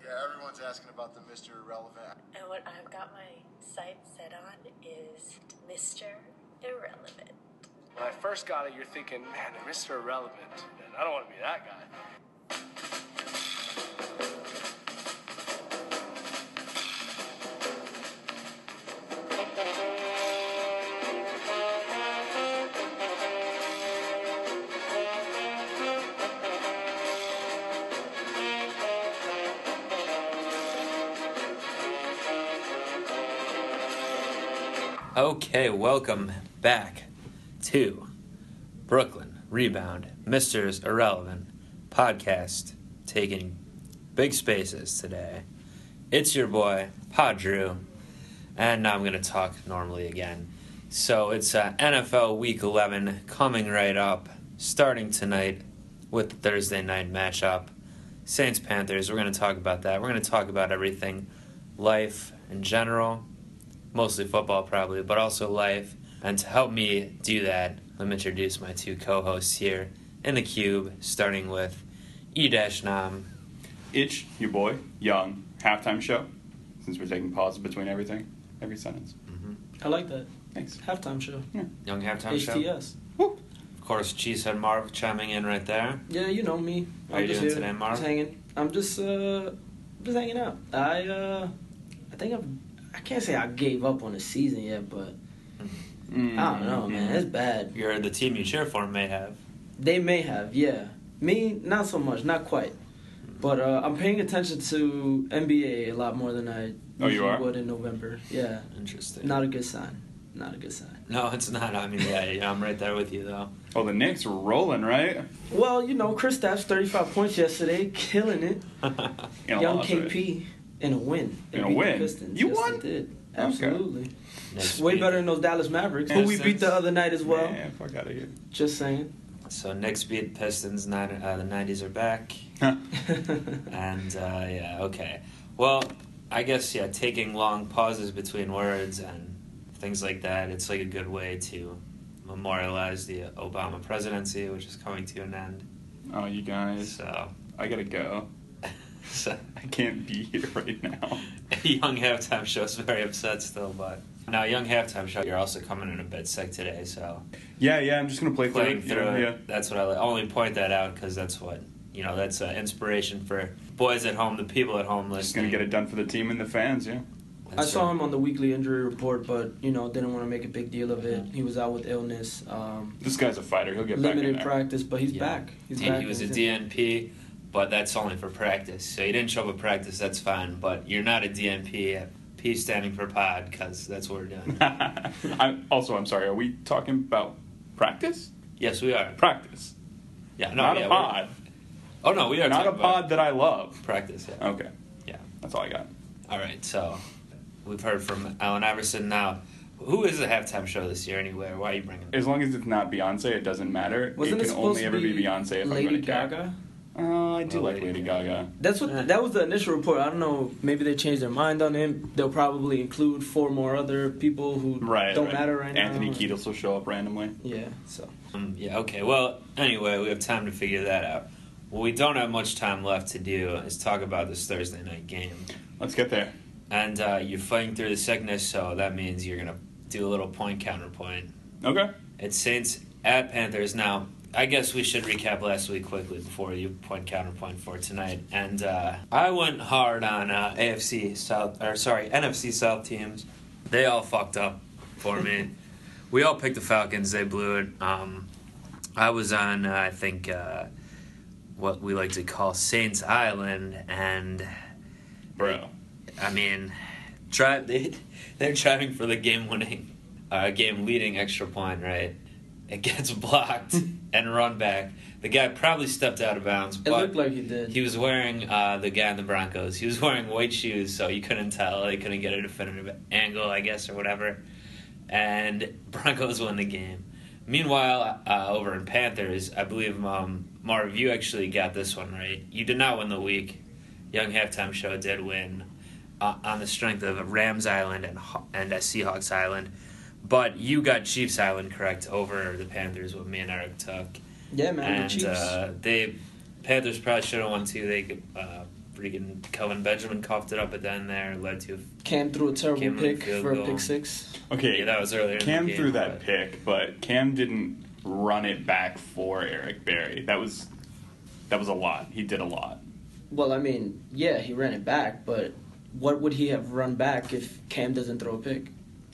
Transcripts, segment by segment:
Yeah, everyone's asking about the Mr. Irrelevant. And what I've got my sight set on is Mr. Irrelevant. When I first got it, you're thinking, man, they're Mr. Irrelevant. And I don't want to be that guy. Okay, welcome back to Brooklyn Rebound, Mr.'s Irrelevant podcast, taking big spaces today. It's your boy, Padru, and now I'm going to talk normally again. So it's uh, NFL Week 11 coming right up, starting tonight with the Thursday night matchup. Saints Panthers, we're going to talk about that. We're going to talk about everything life in general, mostly football probably, but also life. And to help me do that, let me introduce my two co-hosts here in the cube, starting with E Nam. Itch, your boy, young, halftime show. Since we're taking pauses between everything, every sentence. I like that. Thanks. Halftime show. Young halftime show. HTS. Of course, Cheesehead Marv chiming in right there. Yeah, you know me. How you doing today, Marv? Just hanging. I'm just uh just hanging out. I uh I think I've I can't say I gave up on the season yet, but I Mm-hmm, don't know, man. Mm-hmm. It's bad. You're the team you cheer for may have. They may have, yeah. Me, not so much, not quite. But uh, I'm paying attention to NBA a lot more than I Oh, you usually are? would in November. Yeah, Interesting. not a good sign. Not a good sign. no, it's not. I mean, yeah, yeah, I'm right there with you though. Oh, the Knicks were rolling, right? Well, you know, Chris 35 points yesterday, killing it. In a Young loss, right? KP in a win. They In a beat the win? Pistons. You Yes, won? They did. Okay. Absolutely. Next Way week. better than those Dallas Mavericks, Yeah, who we since- beat the other night as well. Man, fuck out of here. Just saying. So Knicks beat Pistons. Nine, uh, the '90s are back. And uh, yeah, okay. Well, I guess yeah, taking long pauses between words and things like that, it's like a good way to memorialize the Obama presidency, which is coming to an end. Oh, you guys, So, I gotta go. so I can't be here right now. Young halftime show is very upset still, but now Young halftime show, you're also coming in a bit sick today, so Yeah, yeah, I'm just gonna play playing through. through it. it, Yeah. That's what I like. I only point that out because that's what you know. That's uh, inspiration for boys at home, the people at home Just listening. gonna get it done for the team and the fans, yeah. I saw him on the weekly injury report, but, you know, didn't want to make a big deal of it. He was out with illness, um, This guy's a fighter. He'll get back in limited there. practice, but he's Yeah. back. He's And back. he was a and- DNP, but that's only for practice. So you didn't show up at practice, that's fine. But you're not a DNP. uh, P standing for pod, because that's what we're doing. I'm, also, I'm sorry. Are we talking about practice? yes, we are. Practice. Yeah, no, not yeah, we're- a pod. Oh no, we are Not a talking about pod Oh. that I love. Practice. Yeah. Okay, yeah. that's all I got. All right. So we've heard from Allen Iverson. Now, who is the halftime show this year anyway? Or Why are you bringing? As long as it's not Beyonce, it doesn't matter. it Wasn't it can supposed only to ever be Beyonce if Lady I'm going to Gaga? care. Uh, I do Well, like Oh, Lady Lady Gaga. Gaga. That's what that was the initial report. I don't know. Maybe they changed their mind on him. They'll probably include four more other people who Right. don't right. matter right Anthony now. Kiedis will show up randomly. Yeah. So Um, yeah, okay. Well, anyway, we have time to figure that out. What we don't have much time left to do is talk about this Thursday night game. Let's get there. And uh, you're fighting through the sickness, so that means you're going to do a little point counterpoint. Okay. It's Saints at Panthers. Now, I guess we should recap last week quickly before you point counterpoint for tonight. And uh, I went hard on uh, AFC South, or sorry, NFC South teams. They all fucked up for me. we all picked the Falcons. They blew it. Um, I was on, uh, I think, uh, what we like to call Saints Island, and Bro. I mean, drive they they're driving for the game winning, uh, game leading extra point, right? It gets blocked and run back. The guy probably stepped out of bounds, it but looked like he did. he was wearing uh, the guy in the Broncos. He was wearing white shoes, so you couldn't tell. They couldn't get a definitive angle, I guess, or whatever. And Broncos won the game. Meanwhile, uh, over in Panthers, I believe um, Marv, you actually got this one right. You did not win the week. Young halftime show did win uh, on the strength of Rams Island and Haw- and uh, Seahawks Island, but you got Chiefs Island correct over the Panthers. What me and Eric took yeah, man. the and Chiefs. uh, they Panthers probably should have won too. They uh, freaking Kelvin Benjamin coughed it up at the end there, led to. Cam threw a terrible Came on pick field for a goal. pick six. Okay, Yeah, that was earlier. in the Cam game, threw that but- pick, but Cam didn't run it back for Eric Berry. That was that was a lot. He did a lot. Well, I mean, yeah, he ran it back, but what would he have run back if Cam doesn't throw a pick?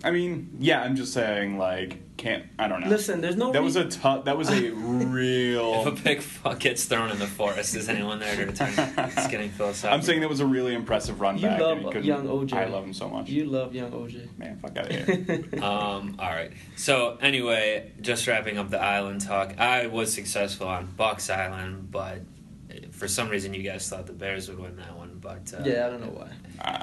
I mean, yeah, I'm just saying, like Cam. I don't know. Listen, there's no that was re- a tough. That was a If a real. big fuck gets thrown in the forest, is anyone there to return? it? It's getting philosophical. I'm saying that was a really impressive run You back. love and he couldn't- young OJ. I love him so much. You love young OJ. Man, fuck out of here. Um, all right. So anyway, just wrapping up the island talk. I was successful on Bucks Island, but eh, for some reason you guys thought the Bears would win that one. But uh, yeah, I don't know why.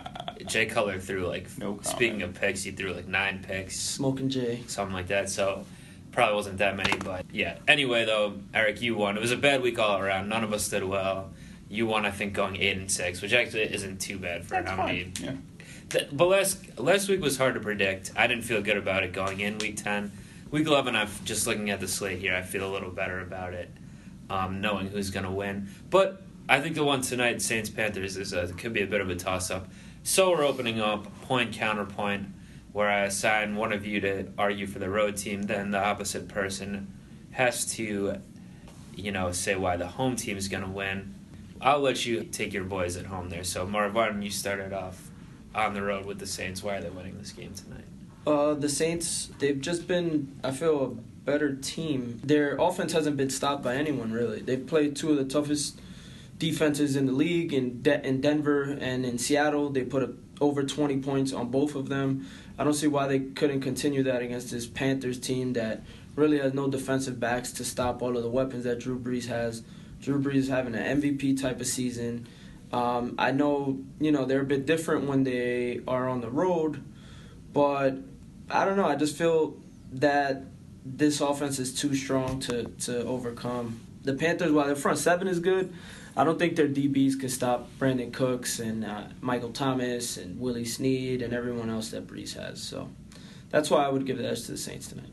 Jay Cutler threw like. No comment. speaking of picks, he threw like nine picks, Smoking Jay. something like that. So probably wasn't that many, but yeah. Anyway, though, Eric, you won. It was a bad week all around. None of us did well. You won, I think, going eight and six, which actually isn't too bad for That's a nominee. fine. Yeah. Th- But last last week was hard to predict. I didn't feel good about it going in week ten. Week eleven, I've just looking at the slate here. I feel a little better about it, um, knowing who's going to win. But I think the one tonight, Saints Panthers, is a, could be a bit of a toss up. So we're opening up point counterpoint, where I assign one of you to argue for the road team, then the opposite person has to, you know, say why the home team is going to win. I'll let you take your boys at home there. So Marv, why don't you start it off? on the road with the Saints. Why are they winning this game tonight? Uh, the Saints, they've just been, I feel, a better team. Their offense hasn't been stopped by anyone, really. They've played two of the toughest defenses in the league in, De- in Denver and in Seattle. They put up over 20 points on both of them. I don't see why they couldn't continue that against this Panthers team that really has no defensive backs to stop all of the weapons that Drew Brees has. Drew Brees is having an MVP type of season. Um, I know, you know, they're a bit different when they are on the road, but I don't know. I just feel that this offense is too strong to to overcome the Panthers. While their front seven is good, I don't think their DBs can stop Brandon Cooks and uh, Michael Thomas and Willie Snead and everyone else that Breeze has. So that's why I would give the edge to the Saints tonight.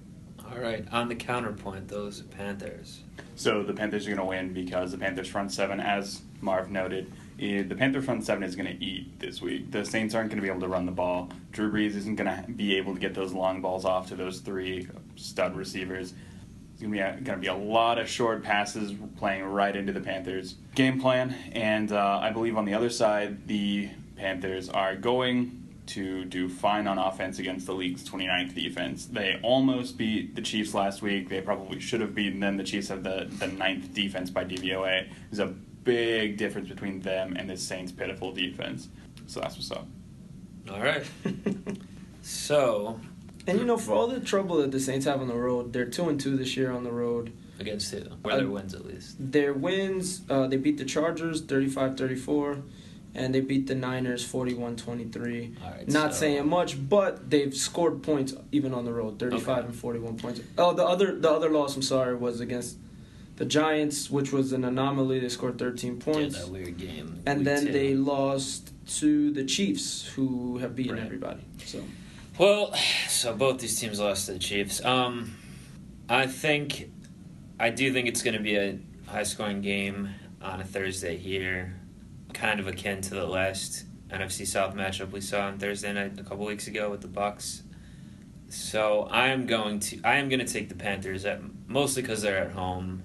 All right, on the counterpoint, those Panthers. So the Panthers are going to win because the Panthers front seven, as Marv noted, eh, the Panther front seven is going to eat this week. The Saints aren't going to be able to run the ball. Drew Brees isn't going to be able to get those long balls off to those three stud receivers. It's going to be a, going to be a lot of short passes playing right into the Panthers game plan. And uh, I believe on the other side, the Panthers are going to do fine on offense against the league's 29th defense. They almost beat the Chiefs last week. They probably should have beaten them. The Chiefs have the, the ninth defense by DVOA. There's a big difference between them and the Saints' pitiful defense. So that's what's up. All right. so, And you know, for all the trouble that the Saints have on the road, they're two and two this year on the road. against who? Where their Uh, wins, at least. Their wins, uh, they beat the Chargers 35-34, and they beat the Niners 41-23. All right. Not so- saying much, but they've scored points even on the road, thirty-five Okay. and forty-one points. Oh, the other the other loss, I'm sorry, was against the Giants, which was an anomaly. They scored thirteen Yeah, points, that weird game. and week then two. they lost to the Chiefs, who have beaten Right. everybody. So Well, so both these teams lost to the Chiefs. Um, I think, I do think it's going to be a high-scoring game on a Thursday here, kind of akin to the last NFC South matchup we saw on Thursday night a couple weeks ago with the Bucks. So I am going to I am going to take the Panthers at mostly because they're at home,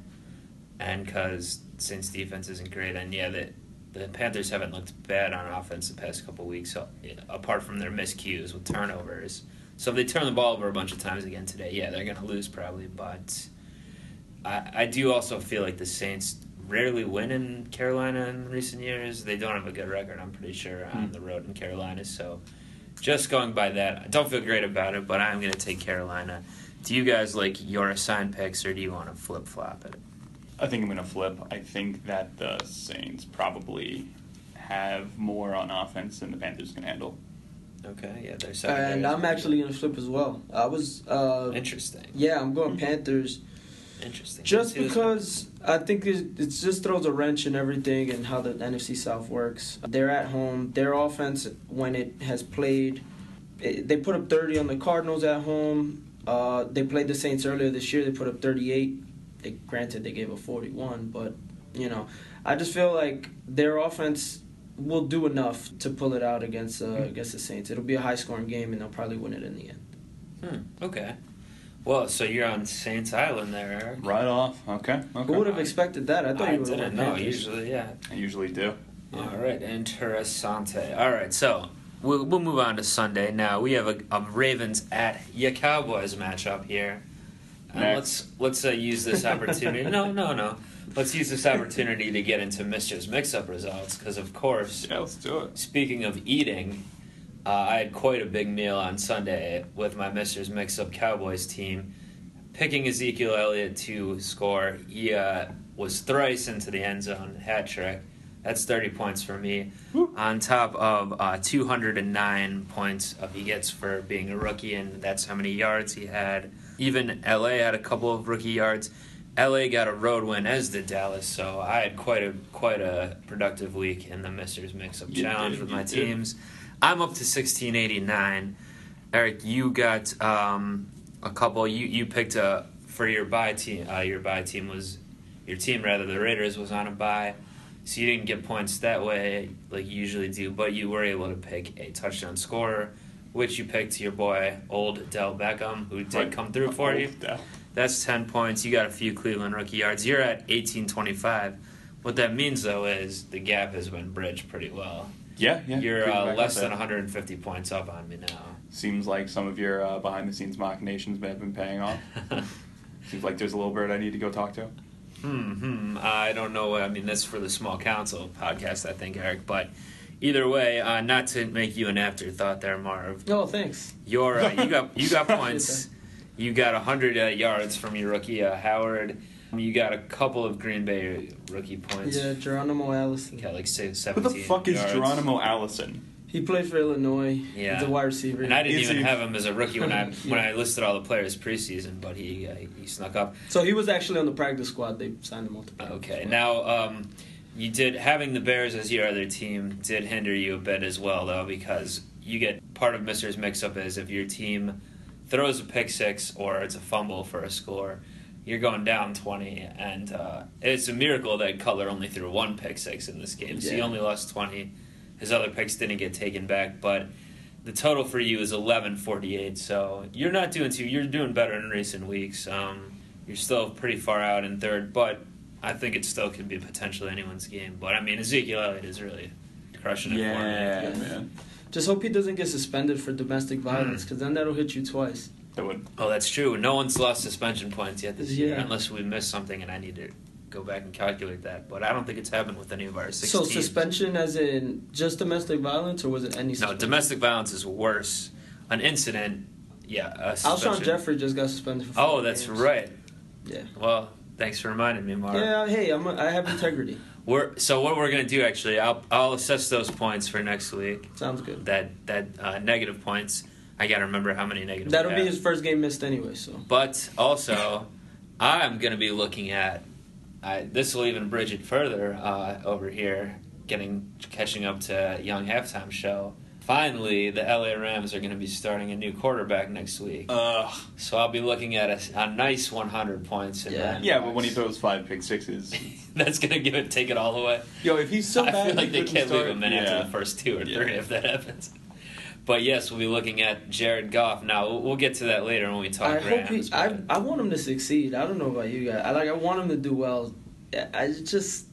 and because since defense isn't great, and yeah, that the Panthers haven't looked bad on offense the past couple weeks, so, apart from their miscues with turnovers. So if they turn the ball over a bunch of times again today, yeah, they're going to lose probably. But I, I do also feel like the Saints rarely win in Carolina in recent years. They don't have a good record, I'm pretty sure, on the road in Carolina. So just going by that, I don't feel great about it, but I'm going to take Carolina. Do you guys like your assigned picks, or do you want to flip flop it? I think I'm going to flip. I think that the Saints probably have more on offense than the Panthers can handle. Okay, yeah, they're second. and I'm actually gonna flip as well. I was uh, interesting. Mm-hmm. yeah, I'm going Panthers Interesting. just See this- because I think it, it just throws a wrench in everything and how the NFC South works. They're at home. Their offense, when it has played, it, they put up 30 on the Cardinals at home. Uh, they played the Saints earlier this year. They put up 38. They, granted, they gave up 41, but you know, I just feel like their offense will do enough to pull it out against uh, against the Saints. It'll be a high scoring game, and they'll probably win it in the end. Hmm. Okay. Well, so you're on Saints Island there, Eric. Right off. Okay. Okay. Who would have expected that? I thought I you would have didn't went know. Panthers. Usually, yeah. I usually do. All right, interessante. All right, so we'll, we'll move on to Sunday now. We have a, a Ravens at your Cowboys matchup here. Um, Next. let's let's uh, use this opportunity. no, no, no. Let's use this opportunity to get into Mister's mix-up results because, of course, Yeah, let's do it. Speaking of eating, uh, I had quite a big meal on Sunday with my Mister's Mix Up Cowboys team. Picking Ezekiel Elliott to score, he uh, was thrice into the end zone, hat trick. That's 30 points for me, on top of uh, 209 points of he gets for being a rookie, and that's how many yards he had. Even LA had a couple of rookie yards. LA got a road win, as did Dallas. So I had quite a quite a productive week in the Misters Mix Up You Challenge did, with you my did. teams. I'm up to 1689. Eric, you got um, a couple. You you picked a for your buy team. Uh, your buy team was your team rather. The Raiders was on a buy. So you didn't get points that way, like you usually do, but you were able to pick a touchdown scorer, which you picked your boy, old Dell Beckham, who did Right. come through for Oh, you. yeah. That's 10 points. You got a few Cleveland rookie yards. You're at 1825. What that means, though, is the gap has been bridged pretty well. Yeah, yeah. You're Pretty back uh, up less there. than 150 points up on me now. Seems like some of your uh, behind the scenes machinations may have been paying off. Seems like there's a little bird I need to go talk to. hmm, hmm. I don't know. I mean, that's for the Small Council podcast, I think, Eric. But either way, uh, not to make you an afterthought there, Marv. No, Oh, thanks. Your uh, you got you got points. You got hundred uh, yards from your rookie uh, Howard. You got a couple of Green Bay rookie points. Yeah, Geronimo Allison. Got like six, What seventeen. the fuck is yards. Geronimo Allison? He played for Illinois. Yeah. He's a wide receiver. And I didn't Is even he- have him as a rookie when I Yeah. when I listed all the players preseason, but he uh, he snuck up. so he was actually on the practice squad. They signed him off the practice Okay, squad. now um, you did having the Bears as your other team did hinder you a bit as well though because you get part of Mister's mix up is if your team throws a pick six or it's a fumble for a score, you're going down twenty, and uh, it's a miracle that Cutler only threw one pick six in this game, so he Yeah. only lost twenty. His other picks didn't get taken back, but the total for you is eleven forty eight. So you're not doing too. You're doing better in recent weeks. Um, you're still pretty far out in third, but I think it still could be potentially anyone's game. But I mean, Ezekiel Elliott is really crushing it for me. Yeah. man. Just hope he doesn't get suspended for Hmm. domestic violence, because then that'll hit you twice. That would. Oh, that's true. No one's lost suspension points yet this year, Yeah. unless we missed something and I need to go back and calculate that. But I don't think it's happened with any of our six So teams. suspension, as in just domestic violence, or was it any? No, suspension? domestic violence is worse. An incident, yeah. A Alshon suspension. Jeffrey just got suspended. for Oh, four that's games. right. Yeah. Well, thanks for reminding me, Mark. Yeah. Hey, I'm. A, I have integrity. We're so what we're gonna do actually. I'll I'll assess those points for next week. Sounds good. That that uh, negative points. I gotta remember how many negative. we That'll be have. his first game missed anyway. So. But also, I'm going to be looking at I, this will even bridge it further uh, over here, getting catching up to Young Halftime Show. Finally, the LA Rams are going to be starting a new quarterback next week, Uh, so I'll be looking at a, a nice 100 points. In Yeah. that yeah, but when he throws five pick sixes, that's going to give it take it all away. yo, if he's so I bad, feel like he they couldn't can't start, leave him in yeah. after the first two or Yeah. three if that happens. But yes, we'll be looking at Jared Goff. Now we'll, we'll get to that later when we talk. I hope Rams, he. but- I. I want him to succeed. I don't know about you guys. I like. I want him to do well. I- I just.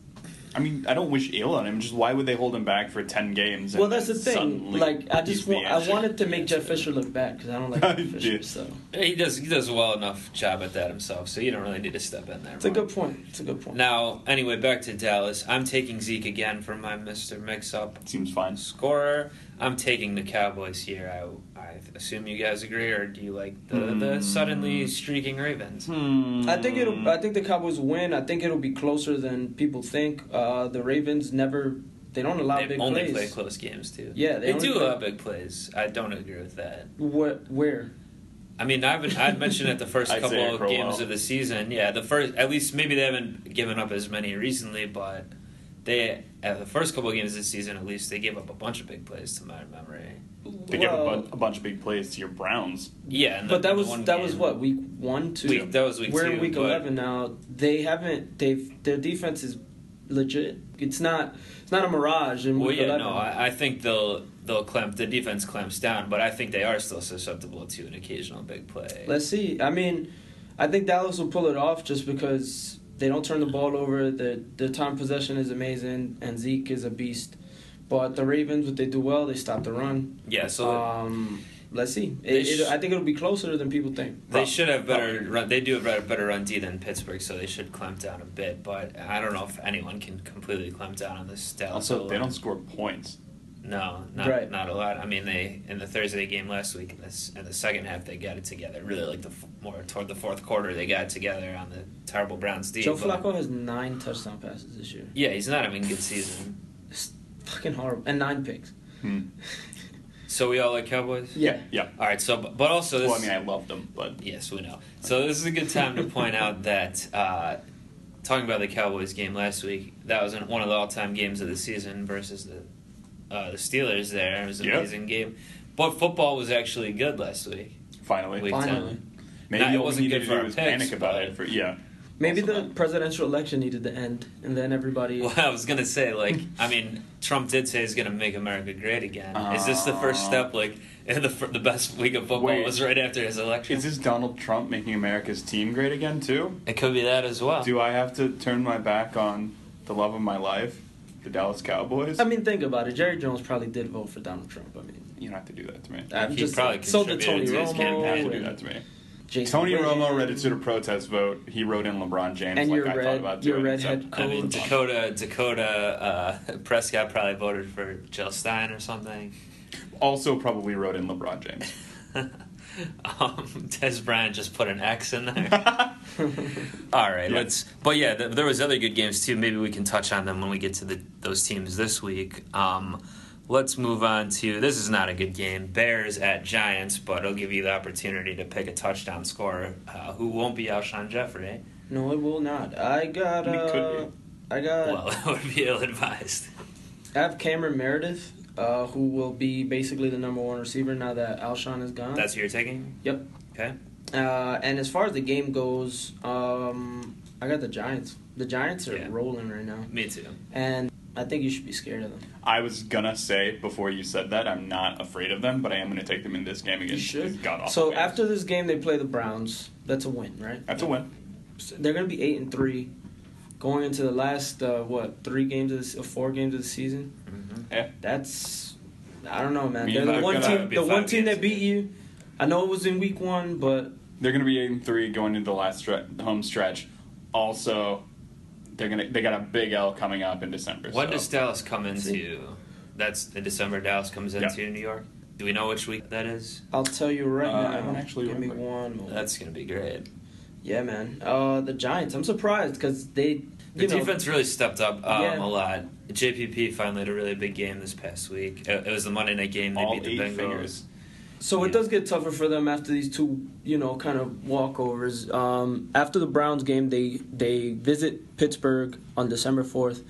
I mean, I don't wish ill on him. Just why would they hold him back for ten games? and Well, that's the then thing. suddenly Like, I he's just the want. I answer? wanted to make Jeff Fisher look bad because I don't like Jeff Fisher. Yeah. So He does he does a well enough job at that himself, so you don't really need to step in there. it's a Mark. good point. It's a good point. Now, anyway, back to Dallas. I'm taking Zeke again for my Mister Mix-up Seems fine. scorer. I'm taking the Cowboys here. I, I assume you guys agree, or do you like the, Mm. the suddenly streaking Ravens? Hmm. I think mm. it'll. I think the Cowboys win. I think it'll be closer than people think. Uh, the Ravens never. They don't allow They big only plays. play close games too. Yeah, they, they only do play- allow big plays. I don't agree with that. What? Where? I mean, I've been, I've mentioned at the first Isaiah couple of Crowell. games of the season, yeah, the first at least maybe they haven't given up as many recently, but they at the first couple of games this season at least they gave up a bunch of big plays to my memory. They gave a, bu- a bunch of big plays to your Browns. Yeah, and But the, that was one that was game- what week one, two. Week- that was week We're two, in week but- eleven now. They haven't. They've their defense is legit. It's not it's not a mirage. In Well, week yeah, 11. no, I, I think they'll they'll clamp the defense clamps down, but I think they are still susceptible to an occasional big play. Let's see. I mean, I think Dallas will pull it off just because they don't turn the ball over. The the time possession is amazing, and Zeke is a beast. But the Ravens, what they do well, they stop the run. yeah, so um, let's see. They It, it, sh- I think it'll be closer than people think. they Rob- should have better run. They do have better- better run D than Pittsburgh, so they should clamp down a bit. But I don't know if anyone can completely clamp down on this Dallas. Also, they O-line. don't score points. No, not Right. not a lot. I mean, they in the Thursday game last week in this in the second half they got it together. Really, like the f- more toward the fourth quarter they got it together on the terrible Browns D. Joe but- Flacco has nine touchdown passes this year. Yeah, he's not having a good season. It's fucking horrible, and nine picks. Hmm. So we all like Cowboys. Yeah. Yeah. All right. So, but also this. Well, I mean, I love them, but Yes, we know. So this is a good time to point out that uh, talking about the Cowboys game last week, that was one of the all-time games of the season versus the uh, the Steelers. There, it was an Yep. amazing game. But football was actually good last week. finally, Week Finally. ten. maybe Nah, it all we wasn't good needed to for do our was picks, panic about but- it. For, yeah. Maybe Also the that. presidential election needed to end, and then everybody. Well, I was gonna say, like, I mean, Trump did say he's gonna make America great again. is this the first Uh, step? Like, the fir- the best week of football Wait. was right after his election. Is this Donald Trump making America's team great again too? it could be that as well. Do I have to turn my back on the love of my life, the Dallas Cowboys? I mean, think about it. Jerry Jones probably did vote for Donald Trump. I mean, you don't have to do that to me. I'm Uh, He just probably so did Tony contributed to his You Romo. don't have campaign. to do and that to me. Jason Tony Witten. Romo registered a protest vote. He wrote in LeBron James And like your I thought red- about your doing. redhead so- I mean, Cold. Dakota Dakota uh, Prescott probably voted for Jill Stein or something. Also, probably wrote in LeBron James. um, Des Bryant just put an X in there. All right, Yeah. let's. But yeah, th- there was other good games too. Maybe we can touch on them when we get to the, those teams this week. Um, let's move on to this is not a good game. Bears at Giants, but it'll give you the opportunity to pick a touchdown scorer uh, who won't be Alshon Jeffrey. No, it will not. I got. It could Uh, I got. Well, that would be ill advised. I have Cameron Meredith, uh, who will be basically the number one receiver now that Alshon is gone. That's who you're taking. yep. Okay. Uh, and as far as the game goes, um, I got the Giants. The Giants are Yeah. rolling right now, Me too. and I think you should be scared of them. I was gonna say before you said that I'm not afraid of them, but I am gonna take them in this game against God awful. So Bears. after this game, they play the Browns. That's a win, right? that's a win. So they're gonna be eight and three, going into the last uh, what three games of the, se- or four games of the season. Yeah. That's I don't know, man. Me They're the and one I've got- team. it'd be The five one team games that beat you. I know it was in week one, but They're gonna be eight and three going into the last stre- home stretch. Also, they're gonna they got a big L coming up in December. What so. does Dallas come into? That's the December Dallas comes Yeah. into New York. Do we know which week that is? I'll tell you right Uh, now. I don't actually give me remember. one. Moment. That's gonna be great. yeah, man. Uh, the Giants. I'm surprised because they. You The know, defense really stepped up um, Yeah. a lot. JPP finally had a really big game this past week. It, it was the Monday night game. They all beat the eight Bengals. fingers? So it does get tougher for them after these two, you know, kind of walkovers. Um, after the Browns game, they they visit Pittsburgh on December fourth,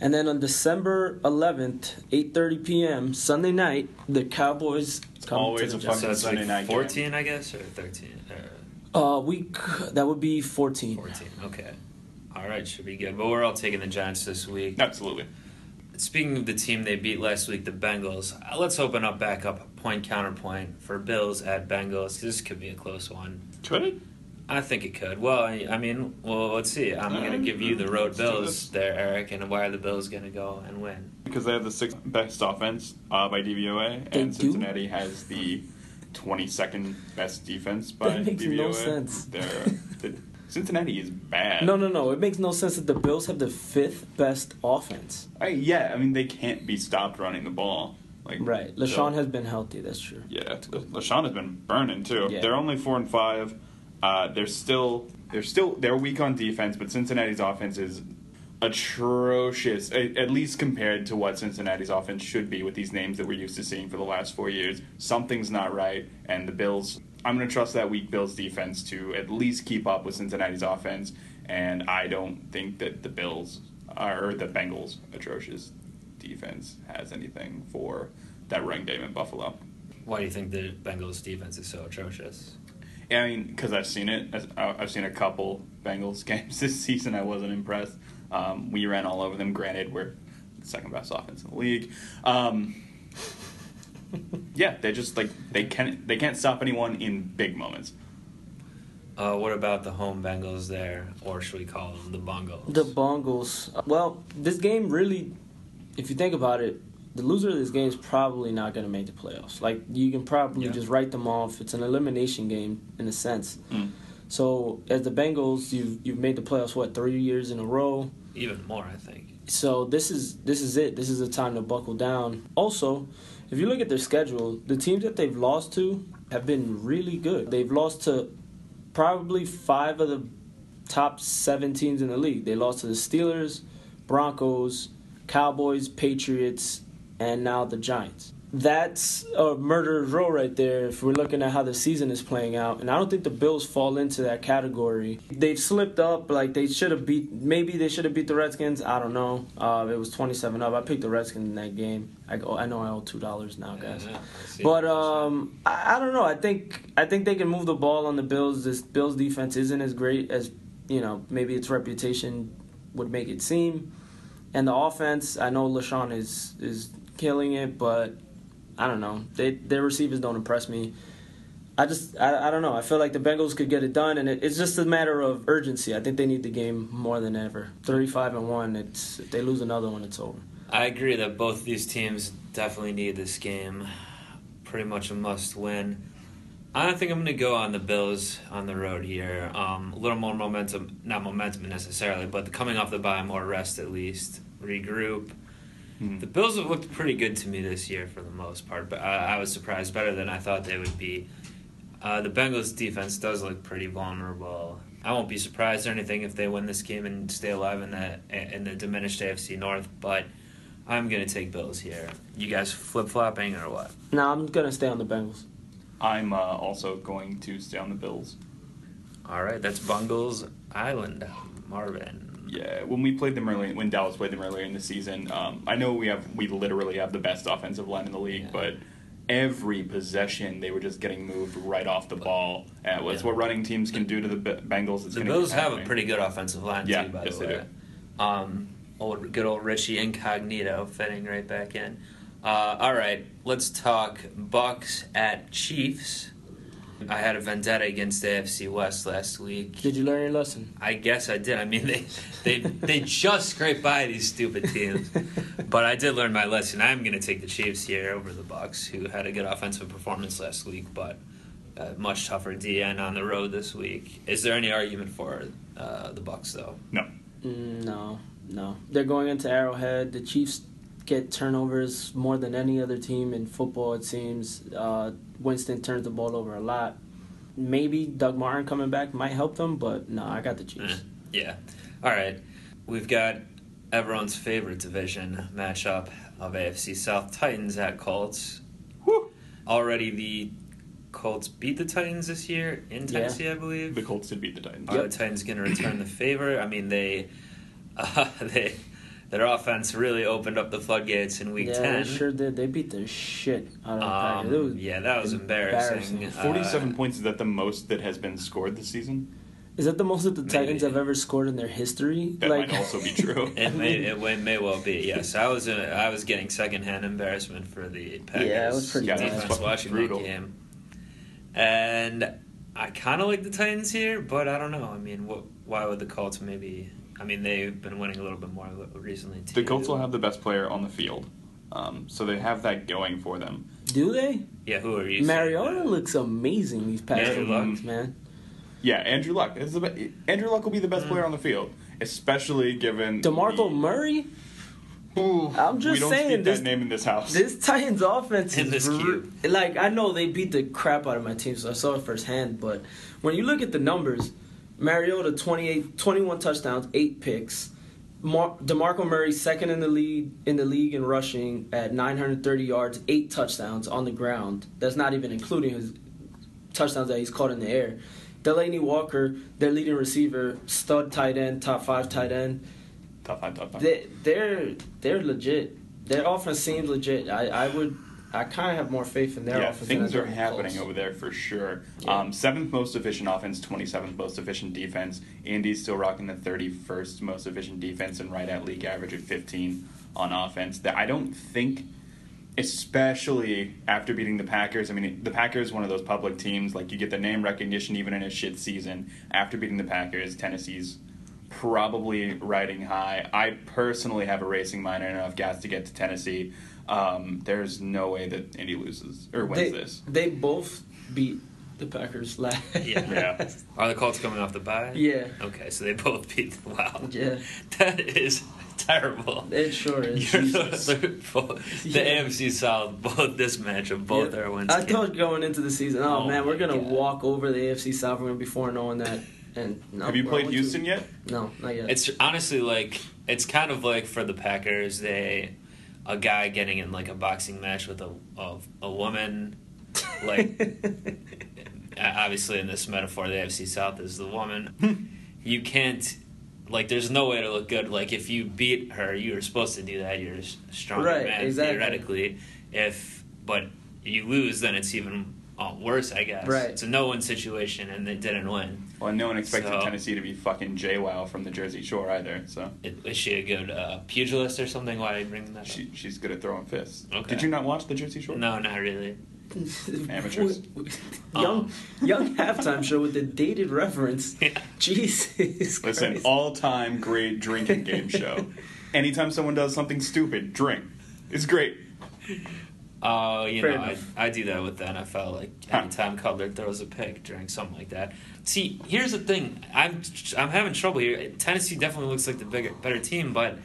and then on December eleventh, eight thirty p.m. Sunday night, the Cowboys come always to a the fucking So that's Sunday week night game. 14, I guess, or 13, or uh, week. That would be fourteen. 14. Okay. All right, should be good. But we're all taking the Giants this week. Absolutely. Speaking of the team they beat last week, the Bengals. uh, Let's open up back up point counterpoint for Bills at Bengals. This could be a close one. Could it? I think it could. Well, I, I mean, well, let's see. I'm going to Um, give you the road let's do Bills this. there, Eric, and why are the Bills going to go and win? Because they have the sixth best offense uh, by DVOA, They and do? Cincinnati has the 22nd best defense by That makes no DVOA. sense. They're, the, Cincinnati is bad. No, no, no. It makes no sense that the Bills have the fifth best offense. I, yeah, I mean they can't be stopped running the ball. Like Right. so- LaShawn has been healthy. That's true. Yeah, Le- LaShawn has been burning too. Yeah. They're only four and five. Uh, they're still they're still they're weak on defense, but Cincinnati's offense is atrocious. At, at least compared to what Cincinnati's offense should be with these names that we're used to seeing for the last four years. Something's not right, and the Bills. I'm going to trust that weak Bills defense to at least keep up with Cincinnati's offense, and I don't think that the Bills or the Bengals atrocious defense has anything for that running game in Buffalo. Why do you think the Bengals defense is so atrocious? Yeah, I mean, because I've seen it. As- I- I've seen a couple Bengals games this season. I wasn't impressed. Um, we ran all over them. Granted, we're second best offense in the league. Um, yeah, they just like they can't they can't stop anyone in big moments. Uh, what about the home Bengals there, or should we call them the Bungles? The Bungles. Well, this game really, if you think about it, the loser of this game is probably not going to make the playoffs. Like you can probably Yeah. just write them off. It's an elimination game in a sense. Mm. So as the Bengals, you've you've made the playoffs what three years in a row. Even more, I think. So this is this is it. This is the time to buckle down. Also, if you look at their schedule, the teams that they've lost to have been really good. They've lost to probably five of the top seven teams in the league. They lost to the Steelers, Broncos, Cowboys, Patriots, and now the Giants. That's a murderer's row right there if we're looking at how the season is playing out. And I don't think the Bills fall into that category. They've slipped up, like they should have beat, maybe they should have beat the Redskins. I don't know. Uh, it was 27 up. I picked the Redskins in that game. I, go, I know I owe $2 now, guys. Yeah, I see. But um, I, I don't know. I think I think they can move the ball on the Bills. This Bills defense isn't as great as you know maybe its reputation would make it seem, and the offense. I know Lashawn is is killing it, but I don't know. They their receivers don't impress me. I just I, I don't know. I feel like the Bengals could get it done, and it, it's just a matter of urgency. I think they need the game more than ever. Thirty five and one. It's if they lose another one, it's over. I agree that both these teams definitely need this game. Pretty much a must win. I think I'm going to go on the Bills on the road here. Um, a little more momentum, not momentum necessarily, but coming off the bye, more rest at least, regroup. Mhm. The Bills have looked pretty good to me this year for the most part, but I, I was surprised better than I thought they would be. Uh, the Bengals defense does look pretty vulnerable. I won't be surprised or anything if they win this game and stay alive in the in the diminished AFC North, but I'm gonna take Bills here. You guys flip flopping or what? Now I'm gonna stay on the Bengals. I'm uh, also going to stay on the Bills. All right, that's Bungles Island, Marvin. Yeah, when we played them early, when Dallas played them earlier in the season, um, I know we have we literally have the best offensive line in the league, Yeah. but every possession they were just getting moved right off the ball. And what's Yeah. what running teams can do to the B- Bengals. It's The gonna Bills be have a happening. pretty good offensive line Yeah, too, by yes, the they way. Um, old good old Richie Incognito fitting right back in. Uh, all right, let's talk Bucks at Chiefs. I had a vendetta against AFC West last week. Did you learn your lesson? I guess I did. I mean, they they they just scrape by these stupid teams, but I did learn my lesson. I'm going to take the Chiefs here over the Bucks, who had a good offensive performance last week, but a much tougher DN on the road this week. Is there any argument for uh, the Bucks though? no. Mm, No, no. They're going into Arrowhead. The Chiefs get turnovers more than any other team in football, it seems. Uh, Winston turns the ball over a lot. Maybe Doug Martin coming back might help them, but no, I Eh, got the Chiefs. Yeah. All right. We've got everyone's favorite division matchup of AFC South Titans at Colts. Woo! Already the Colts beat the Titans this year in Yeah. Tennessee, I believe. The Colts did beat the Titans. Are the Titans going to return the favor? I mean, they, uh, they, their offense really opened up the floodgates in Week yeah, Ten. they sure did. They beat the shit out of the Packers. It um, was- yeah, that was embarrassing. embarrassing. Forty-seven Uh, points is that the most that has been scored this season? Is that the most that the Maybe. Titans have ever scored in their history? That might also be true. It may, it may- may well be. Yes, I was in, I was getting secondhand embarrassment for the Packers. Yeah, it was pretty Yeah, bad. that's defense fucking watching brutal. that game, and I kind of like the Titans here, but I don't know. I mean, what? Why would the Colts maybe? I mean, they've been winning a little bit more li- recently. Too. The Colts will have the best player on the field, um, so they have that going for them. Do they? Yeah, who are you? saying Mariota that? looks amazing these past Andrew few Luck? months, man. Yeah, Andrew Luck is the be- Andrew Luck will be the Mm. best player on the field, especially given DeMarco the- Murray? Ooh, I'm just we don't saying speak this- that name in this house. This Titans offense In is this br- cube. like I know they beat the crap out of my team, so I saw it firsthand. But when you look at the numbers, Mariota 28, 21 touchdowns, eight picks. Mar- Demarco Murray second in the lead in the league in rushing at 930 yards, eight touchdowns on the ground. That's not even including his touchdowns that he's caught in the air. Delaney Walker, their leading receiver, stud tight end, top five tight end top five, top five. they, they're they're legit. Their offense seems legit. I, I would I kind of have more faith in their yeah, offense. things than I are do in happening Colts. over there for sure. Yeah. Um, seventh most efficient offense, twenty seventh most efficient defense. Indy's still rocking the thirty first most efficient defense and right at league average at fifteen on offense. That I don't think, especially after beating the Packers. I mean, the Packers one of those public teams like you get the name recognition even in a shit season. After beating the Packers, Tennessee's probably riding high. I personally have a racing mind and enough gas to get to Tennessee. Um, there's no way that Indy loses or wins They, this. they both beat the Packers last. Yeah. Yeah. Are the Colts coming off the bye? Yeah. Okay, so they both beat the Wow. Yeah. That is terrible. It sure is. You're Jesus. the, the, Yeah. AFC South, both this matchup, both Yeah. our wins. I came- thought going into the season, oh, Oh man, my we're gonna God. walk over the AFC South. We're gonna be four knowing that. And no, have you we're played 0-2. Houston yet? No, not yet. It's honestly like it's kind of like for the Packers, they a guy getting in like a boxing match with a a, a woman. like- Uh, Obviously, in this metaphor, the AFC South is the woman. you can't like. There's no way to look good. Like if you beat her, you were supposed to do that. You're a s- stronger Right, man exactly. theoretically. If but you lose, then it's even uh, worse. I guess. Right. It's a no-win situation, and they didn't win. Well, no one expected So- Tennessee to be fucking JWoww from the Jersey Shore either. So Is is she a good uh, pugilist or something? Why are you bringing that she, she's good at throwing fists. Okay. Did you not watch the Jersey Shore? up? No, not really. Amateurs. young, young halftime show with the dated reference. Yeah. Jesus. Listen, Christ. all time great drinking game show. Anytime someone does something stupid, drink. It's great. Oh, you Fair know, I, enough. I do that with the NFL. Like Huh. anytime Cutler throws a pick, during something like that. See, here's the thing. I'm I'm having trouble here. Tennessee definitely looks like the bigger, better team, but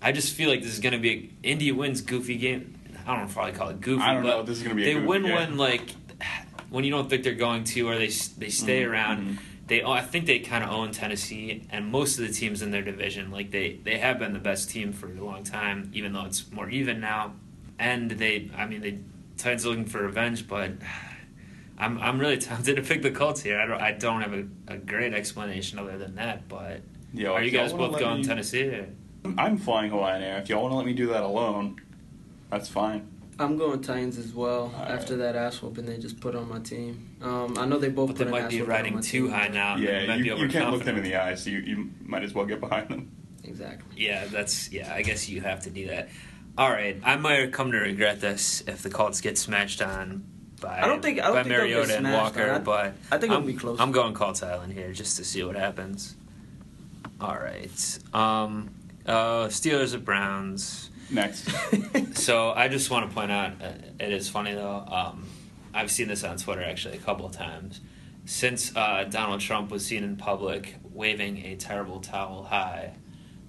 I just feel like this is going to be a Indy wins goofy game. I don't know if I call it goofy. I don't but know. This is gonna be a They goofy win game. when like when you don't think they're going to, or they s- they stay around. mhm. They oh, I think they kind of own Tennessee and most of the teams in their division. Like they they have been the best team for a long time, even though it's more even now. And they, I mean, they Titans looking for revenge, but I'm I'm really tempted to pick the Colts here. I don't I don't have a, a great explanation other than that. But Yo, are you if y'all guys wanna both let going me- Tennessee? Or? I'm flying Hawaiian Air. If y'all want to let me do that alone, that's fine. I'm going Titans as well. All after that ass whooping they just put on my team, um, I know they both. But put they an might ass be whooping on riding my too team. high now. and they yeah, might you, be you can't look them overconfident. in the eye, so you, you might as well get behind them. Exactly. Yeah, that's yeah. I guess you have to do that. All right, I might come to regret this if the Colts get smashed on by I don't think- I don't by think they'll get Mariota and smashed Walker, on. I- but I think it'll am be close. I'm going Colts Island here just to see what happens. All right, um, uh, Steelers at Browns. Next. So I just want to point out, uh, it is funny though. Um, I've seen this on Twitter actually a couple of times. Since uh, Donald Trump was seen in public waving a terrible towel high,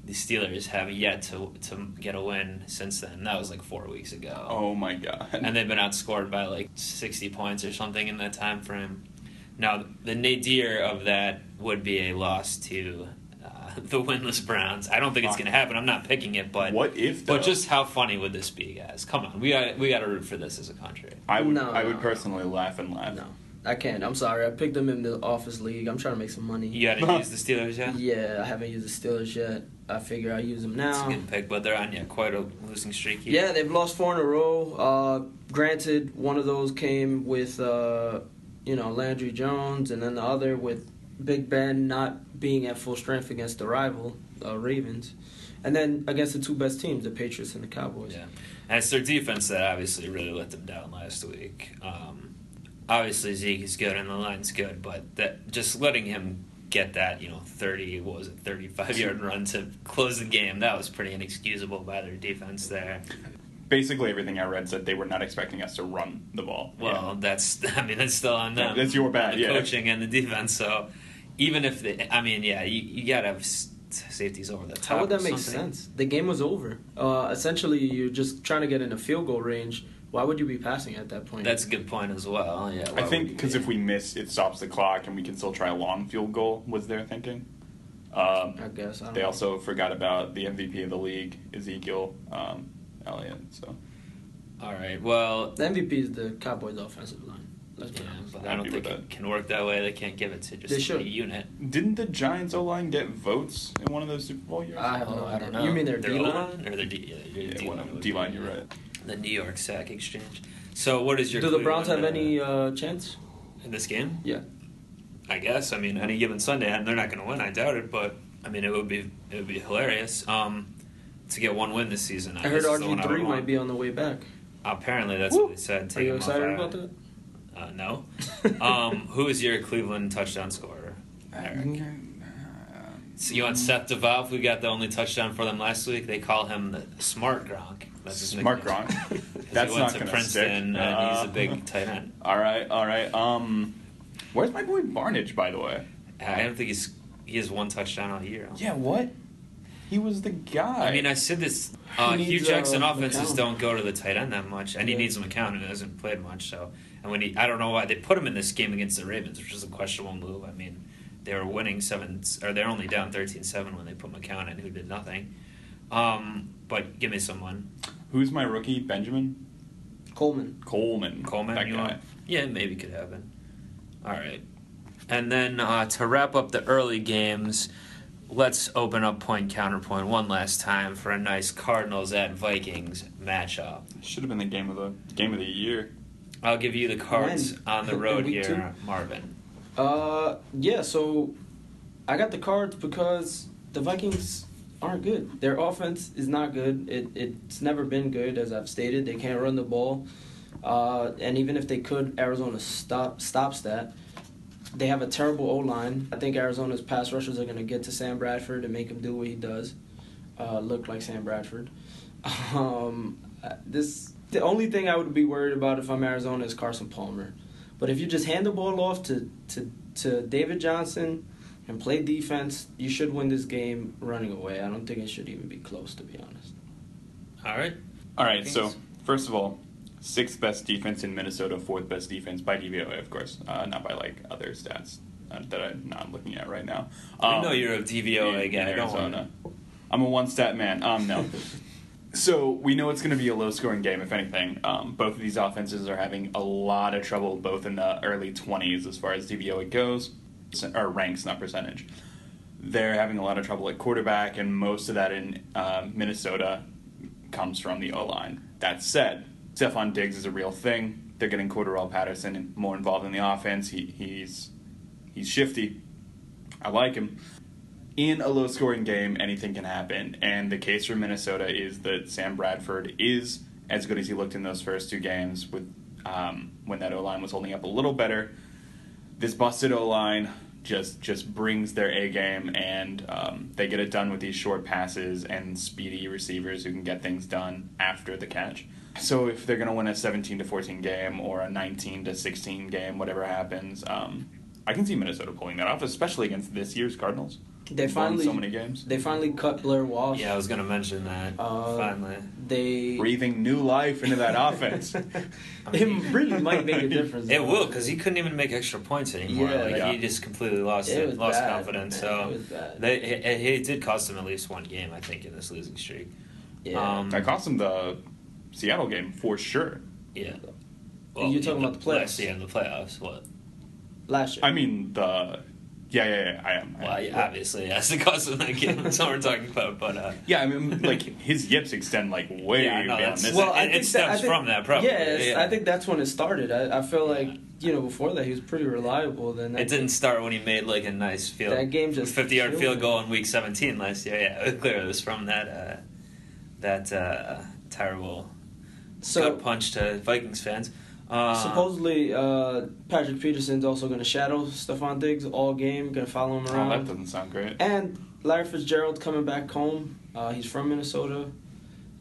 the Steelers have yet to to get a win since then. That was like four weeks ago, Oh my god. and they've been outscored by like sixty points or something in that time frame. Now the nadir of that would be a loss to uh, the winless Browns. I don't think it's going to happen. I'm not picking it, but what if though? but just how funny would this be, guys? Come on, we got we got to root for this as a country. I would No, I would no, personally laugh and laugh. No, I can't. I'm sorry. I picked them in the office league. I'm trying to make some money. You got to use the Steelers, yeah. Yeah, I haven't used the Steelers yet. I figure I use them It's a now. good pick, but they're on yeah quite a losing streak. Here. Yeah, they've lost four in a row. Uh, granted, one of those came with uh, you know Landry Jones, and then the other with Big Ben not being at full strength against the rival uh, Ravens, and then against the two best teams, the Patriots and the Cowboys. Yeah. And it's their defense that obviously really let them down last week. Um, obviously Zeke is good and the line's good, but that just letting him get that you know thirty what was it thirty five yard run to close the game that was pretty inexcusable by their defense there. Basically everything I read said they were not expecting us to run the ball. Well, that's I mean that's still on them. That's your bad, the yeah. coaching and the defense. So even if they, I mean, yeah, you, you gotta have s- safeties over the top. How would that or make something. sense? The game was over. Uh, essentially, you're just trying to get in a field goal range. Why would you be passing at that point? That's a good point as well. Yeah, I think because if we miss, it stops the clock, and we can still try a long field goal. Was their thinking? Um, I guess. I don't they know. also forgot about the MVP of the league, Ezekiel um, Elliott. So all right, well, The MVP is the Cowboys' offensive line. Let's yeah, be honest. but I don't Happy think with it that. can work that way. They can't give it to They just a should. unit. didn't the Giants O line get votes in one of those Super Bowl years? I have Oh, no I idea. don't know. You mean their Their D line? O-line or their D? Yeah, their yeah, D-line one of would them. be- D line. You're right. the New York Sack Exchange. So what is your? Do the clue Browns in, have uh, any uh, chance? in this game? Yeah. I guess. I mean, any given Sunday, and they're not going to win. I doubt it, but I mean, it would be it would be hilarious um, to get one win this season. I heard RG three might be on the way back. Apparently, that's Woo! what they said. Are Take you him excited off about IR. that? Uh, no. um, who is your Cleveland touchdown scorer? Eric. So Mm. you want Seth DeValve, who got the only touchdown for them last week? They call him the Smart Gronk. That's his Smart nickname. Gronk. 'Cause That's he went not to gonna Princeton, stick. and he's Uh, a big tight end. All right, all right. Um, where's my boy Barnage, by the way? I don't think he's he has one touchdown all year. I don't Yeah, what? He was the guy. I mean, I said this. Uh, He needs, Hugh Jackson uh, offenses McCown. don't go to the tight end that much, and he Yeah. needs McCown, who hasn't played much. So, and when he, I don't know why they put him in this game against the Ravens, which is a questionable move. I mean, they were winning seven, or they're only down 13-7 when they put McCown in, who did nothing. Um, but give me someone, Who's my rookie? Benjamin Coleman. Coleman. Coleman. That you guy. want? Yeah, maybe could happen. All right, and then uh, to wrap up the early games. Let's open up point counterpoint one last time for a nice Cardinals at Vikings matchup. Should have been the game of the game of the year. I'll give you the cards When? on the In road week here, two? Marvin. Uh, yeah. So I got the cards because the Vikings aren't good. Their offense is not good. It it's never been good, as I've stated. They can't run the ball, uh, and even if they could, Arizona stop stops that. They have a terrible O line. I think Arizona's pass rushers are going to get to Sam Bradford and make him do what he does, uh, look like Sam Bradford. Um, uh, this the only thing I would be worried about if I'm Arizona is Carson Palmer. But if you just hand the ball off to, to, to David Johnson and play defense, you should win this game running away. I don't think it should even be close, to be honest. All right. All right, so Vikings. first of all, sixth best defense in Minnesota, fourth best defense by DVOA, of course, uh, not by like other stats uh, that I'm not looking at right now. I Um, know you're a DVOA in guy. I don't Arizona. wanna- I'm a one stat man. Um, no. so we know it's going to be a low scoring game, if anything. Um, both of these offenses are having a lot of trouble, both in the early 20s as far as DVOA goes, or ranks, not percentage. They're having a lot of trouble at quarterback, and most of that in uh, Minnesota comes from the O line. That said, Stephon Diggs is a real thing. They're getting Cordero Patterson more involved in the offense. He, he's he's shifty. I like him in a low scoring game, anything can happen. And the case for Minnesota is that Sam Bradford is as good as he looked in those first two games with um, when that O line was holding up a little better. This busted O line just just brings their A game and um, they get it done with these short passes and speedy receivers who can get things done after the catch. So if they're gonna win a 17 to 14 game or a 19 to 16 game, whatever happens, um, I can see Minnesota pulling that off, especially against this year's Cardinals. They They've finally won so many games. they finally cut Blair Walsh. Yeah, I was gonna mention that. Uh, Finally, They Breathing new life into that offense. it really might make a difference. it will because he couldn't even make extra points anymore. Yeah, like yeah. he just completely lost It it, was lost bad, confidence. man. It So was bad. they, it, it did cost him at least one game, I think, in this losing streak. Yeah. Um, that cost him the Seattle game for sure. yeah. You're talking about the playoffs. last- Yeah, the playoffs. What? last year. I mean the yeah yeah yeah I am. I am. Well, yeah, obviously, yes, the cost of that game. That's what we're talking about. But uh, Yeah, I mean like his yips extend like way Yeah, I know, beyond that's- this. Well, it- it stems I from that, probably. Yeah, it's- Yeah. I think that's when it started. I, I feel like you know before that he was pretty reliable. Then that, It didn't start when he made like a nice field. That game just fifty yard killed field him. goal in week seventeen last year. Yeah, clearly it was from that uh, that uh, terrible so gut punch to Vikings fans. Uh, supposedly uh, Patrick Peterson's also going to shadow Stephon Diggs all game, going to follow him oh, around. that doesn't sound great. And Larry Fitzgerald coming back home. Uh, he's from Minnesota.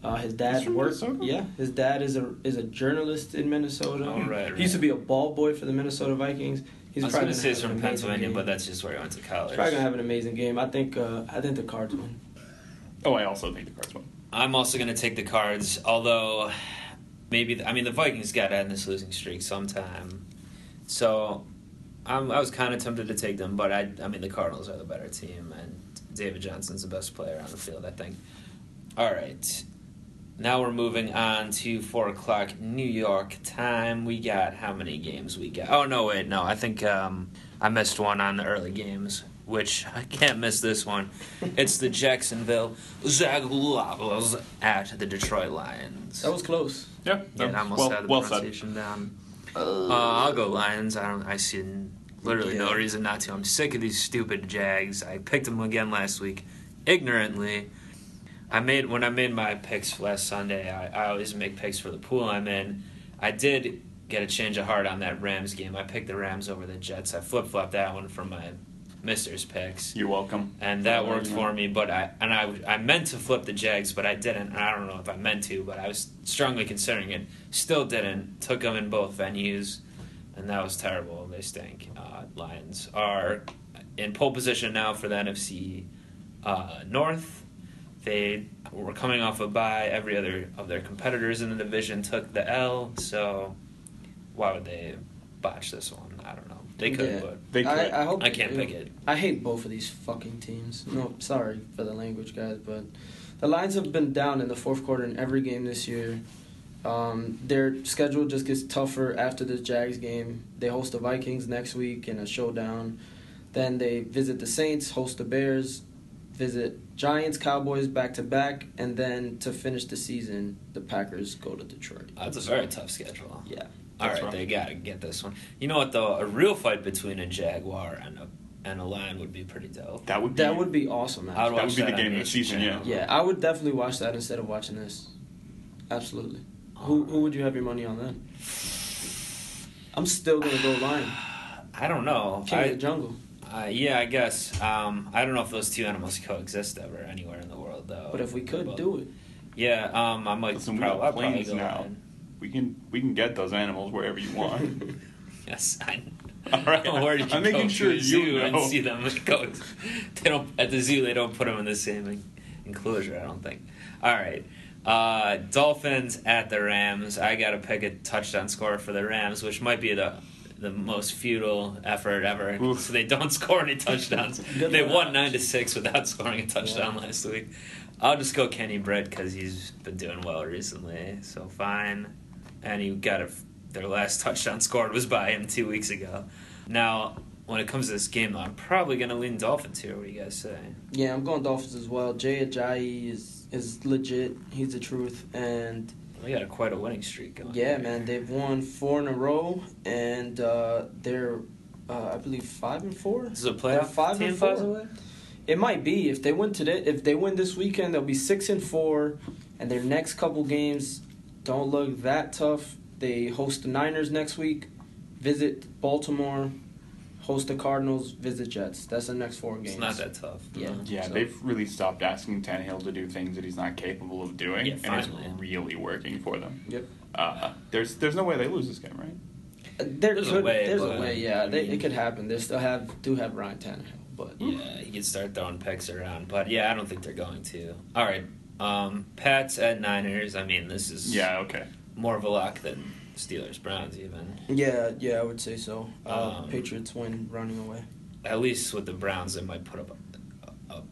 Uh, his dad He's from works. Minnesota? Yeah, his dad is a is a journalist in Minnesota. Oh, right, He used to right. be a ball boy for the Minnesota Vikings. He's I was probably going to say have it's an from amazing Pennsylvania, game. but that's just where he went to college. he's probably gonna have an amazing game. I think uh, I think the Cards win. Oh, I also think the Cards won. I'm also going to take the Cards, although maybe the, I mean the Vikings got to end this losing streak sometime. So I'm, I was kind of tempted to take them, but I, I mean the Cardinals are the better team, and David Johnson's the best player on the field, I think. All right, now we're moving on to four o'clock New York time. We got how many games we got? Oh no, wait, no, I think um, I missed one on the early games. which I can't miss this one. It's the Jacksonville Jaguars at the Detroit Lions. That was close. Yeah, yeah, I almost Um, well, had the well said. pronunciation down. Uh, I'll go Lions. I don't. I see literally no Yeah. reason not to. I'm sick of these stupid Jags. I picked them again last week, ignorantly. I made when I made my picks last Sunday. I, I always make picks for the pool I'm in. I did get a change of heart on that Rams game. I picked the Rams over the Jets. I flip flopped that one for my Mister's picks You're welcome. and that worked Oh, Yeah. for me. But I and I I meant to flip the Jags, but I didn't. And I don't know if I meant to, but I was strongly considering it. Still didn't. Took them in both venues, and that was terrible. They stink. Uh, Lions are in pole position now for the NFC uh, North. They were coming off a bye. Every other of their competitors in the division took the L. So why would they botch this one? I don't know. They could, Yeah. but They could. I, I hope I can't pick it. I hate both of these fucking teams. No, sorry for the language, guys, but the Lions have been down in the fourth quarter in every game this year. Um, their schedule just gets tougher after the Jags game. They host the Vikings next week in a showdown. Then they visit the Saints, host the Bears, visit Giants, Cowboys back to back, and then to finish the season, the Packers go to Detroit. That's a very tough schedule. Yeah. All That's right, right. they gotta get this one. You know what though? A real fight between a jaguar and a and a lion would be pretty dope. That would be, That would be awesome, I actually. That would be the on game of the each season, channel. Yeah, I would definitely watch that instead of watching this. Absolutely. Who, who would you have your money on then? I'm still gonna go Lion. I don't know. King of the I, Jungle. uh, yeah, I guess. Um, I don't know if those two animals coexist ever anywhere in the world though. But if we could do it, yeah, um, I might Listen, we probably, got I'd probably planes go now. lion. we can we can get those animals wherever you want. Yes, I. All right, Oh, Where did you I'm go making to sure the you zoo and know. see them coexist? They don't at the zoo. They don't put them in the same en- enclosure. I don't think. All right, uh, Dolphins at the Rams. I got to pick a touchdown score for the Rams, which might be the the most futile effort ever. Oof. So they don't score any touchdowns. Good they for won us. nine to six without scoring a touchdown last week. I'll just go Kenny Britt because he's been doing well recently. So fine and he got a, their last touchdown scored was by him two weeks ago. Now, when it comes to this game, though, I'm probably going to lean Dolphins here. What do you guys say? yeah, I'm going Dolphins as well. Jay Ajayi is is legit. He's the truth. And They got a, quite a winning streak going. yeah, here. man, they've won four in a row, and uh, they're uh, I believe five and four. This is a They're playoff five team, and four. possibly? It might be if they win today. If they win this weekend, they'll be six and four, and their next couple games don't look that tough. They host the Niners next week, visit Baltimore, host the Cardinals, visit Jets. That's the next four games. It's not that tough. Yeah. yeah, So- they've really stopped asking Tannehill to do things that he's not capable of doing, Yeah, and it's finally. really working for them. Yep. Uh, there's there's no way they lose this game, right? Uh, There There's a could, way, there's a but- way. Yeah, they, I mean- it could happen. They still have do have Ryan Tannehill, but Yeah, you can start throwing picks around, but yeah, I don't think they're going to. All right, um, Pats at Niners. I mean, this is Yeah, okay. more of a lock than Steelers Browns even. yeah, yeah, I would say so. Uh, Um, Patriots win running away. at least with the Browns, they might put up a, a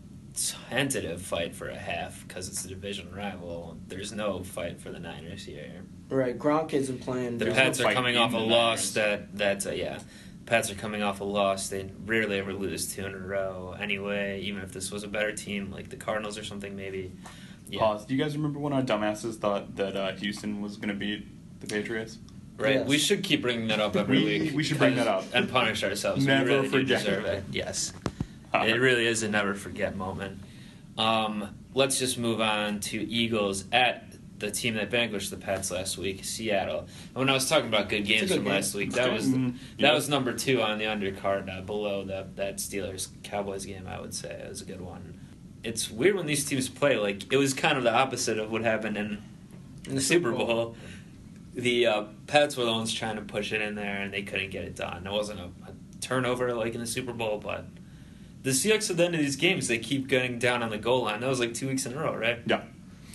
tentative fight for a half because it's a division rival. There's no fight for the Niners here. Right, Gronk isn't playing. The There's There's no Pats are fight coming in off a the loss Niners. that that's a, yeah. Pats are coming off a loss. They rarely ever lose two in a row anyway. Even if this was a better team like the Cardinals or something, maybe. Yeah, Pause. Do you guys remember when our dumbasses thought that uh, Houston was going to beat the Patriots? right. Yes. We should keep bringing that up every We- week. we should bring that up. and punish ourselves. Never we really forget. Do deserve it. Yes. it really is a never forget moment. Um, let's just move on to Eagles at the team that vanquished the Pats last week, Seattle. And when I was talking about good games good from game. last week, It's that good. was Mm, that yeah. was number two on the undercard, uh, below that that Steelers Cowboys game. I would say it was a good one. It's weird when these teams play. Like it was kind of the opposite of what happened in in the Super Bowl, the uh, Pats were the ones trying to push it in there, and they couldn't get it done. It wasn't a, a turnover like in the Super Bowl, but the Seahawks at the end of these games, they keep getting down on the goal line. That was like two weeks in a row, right? Yeah.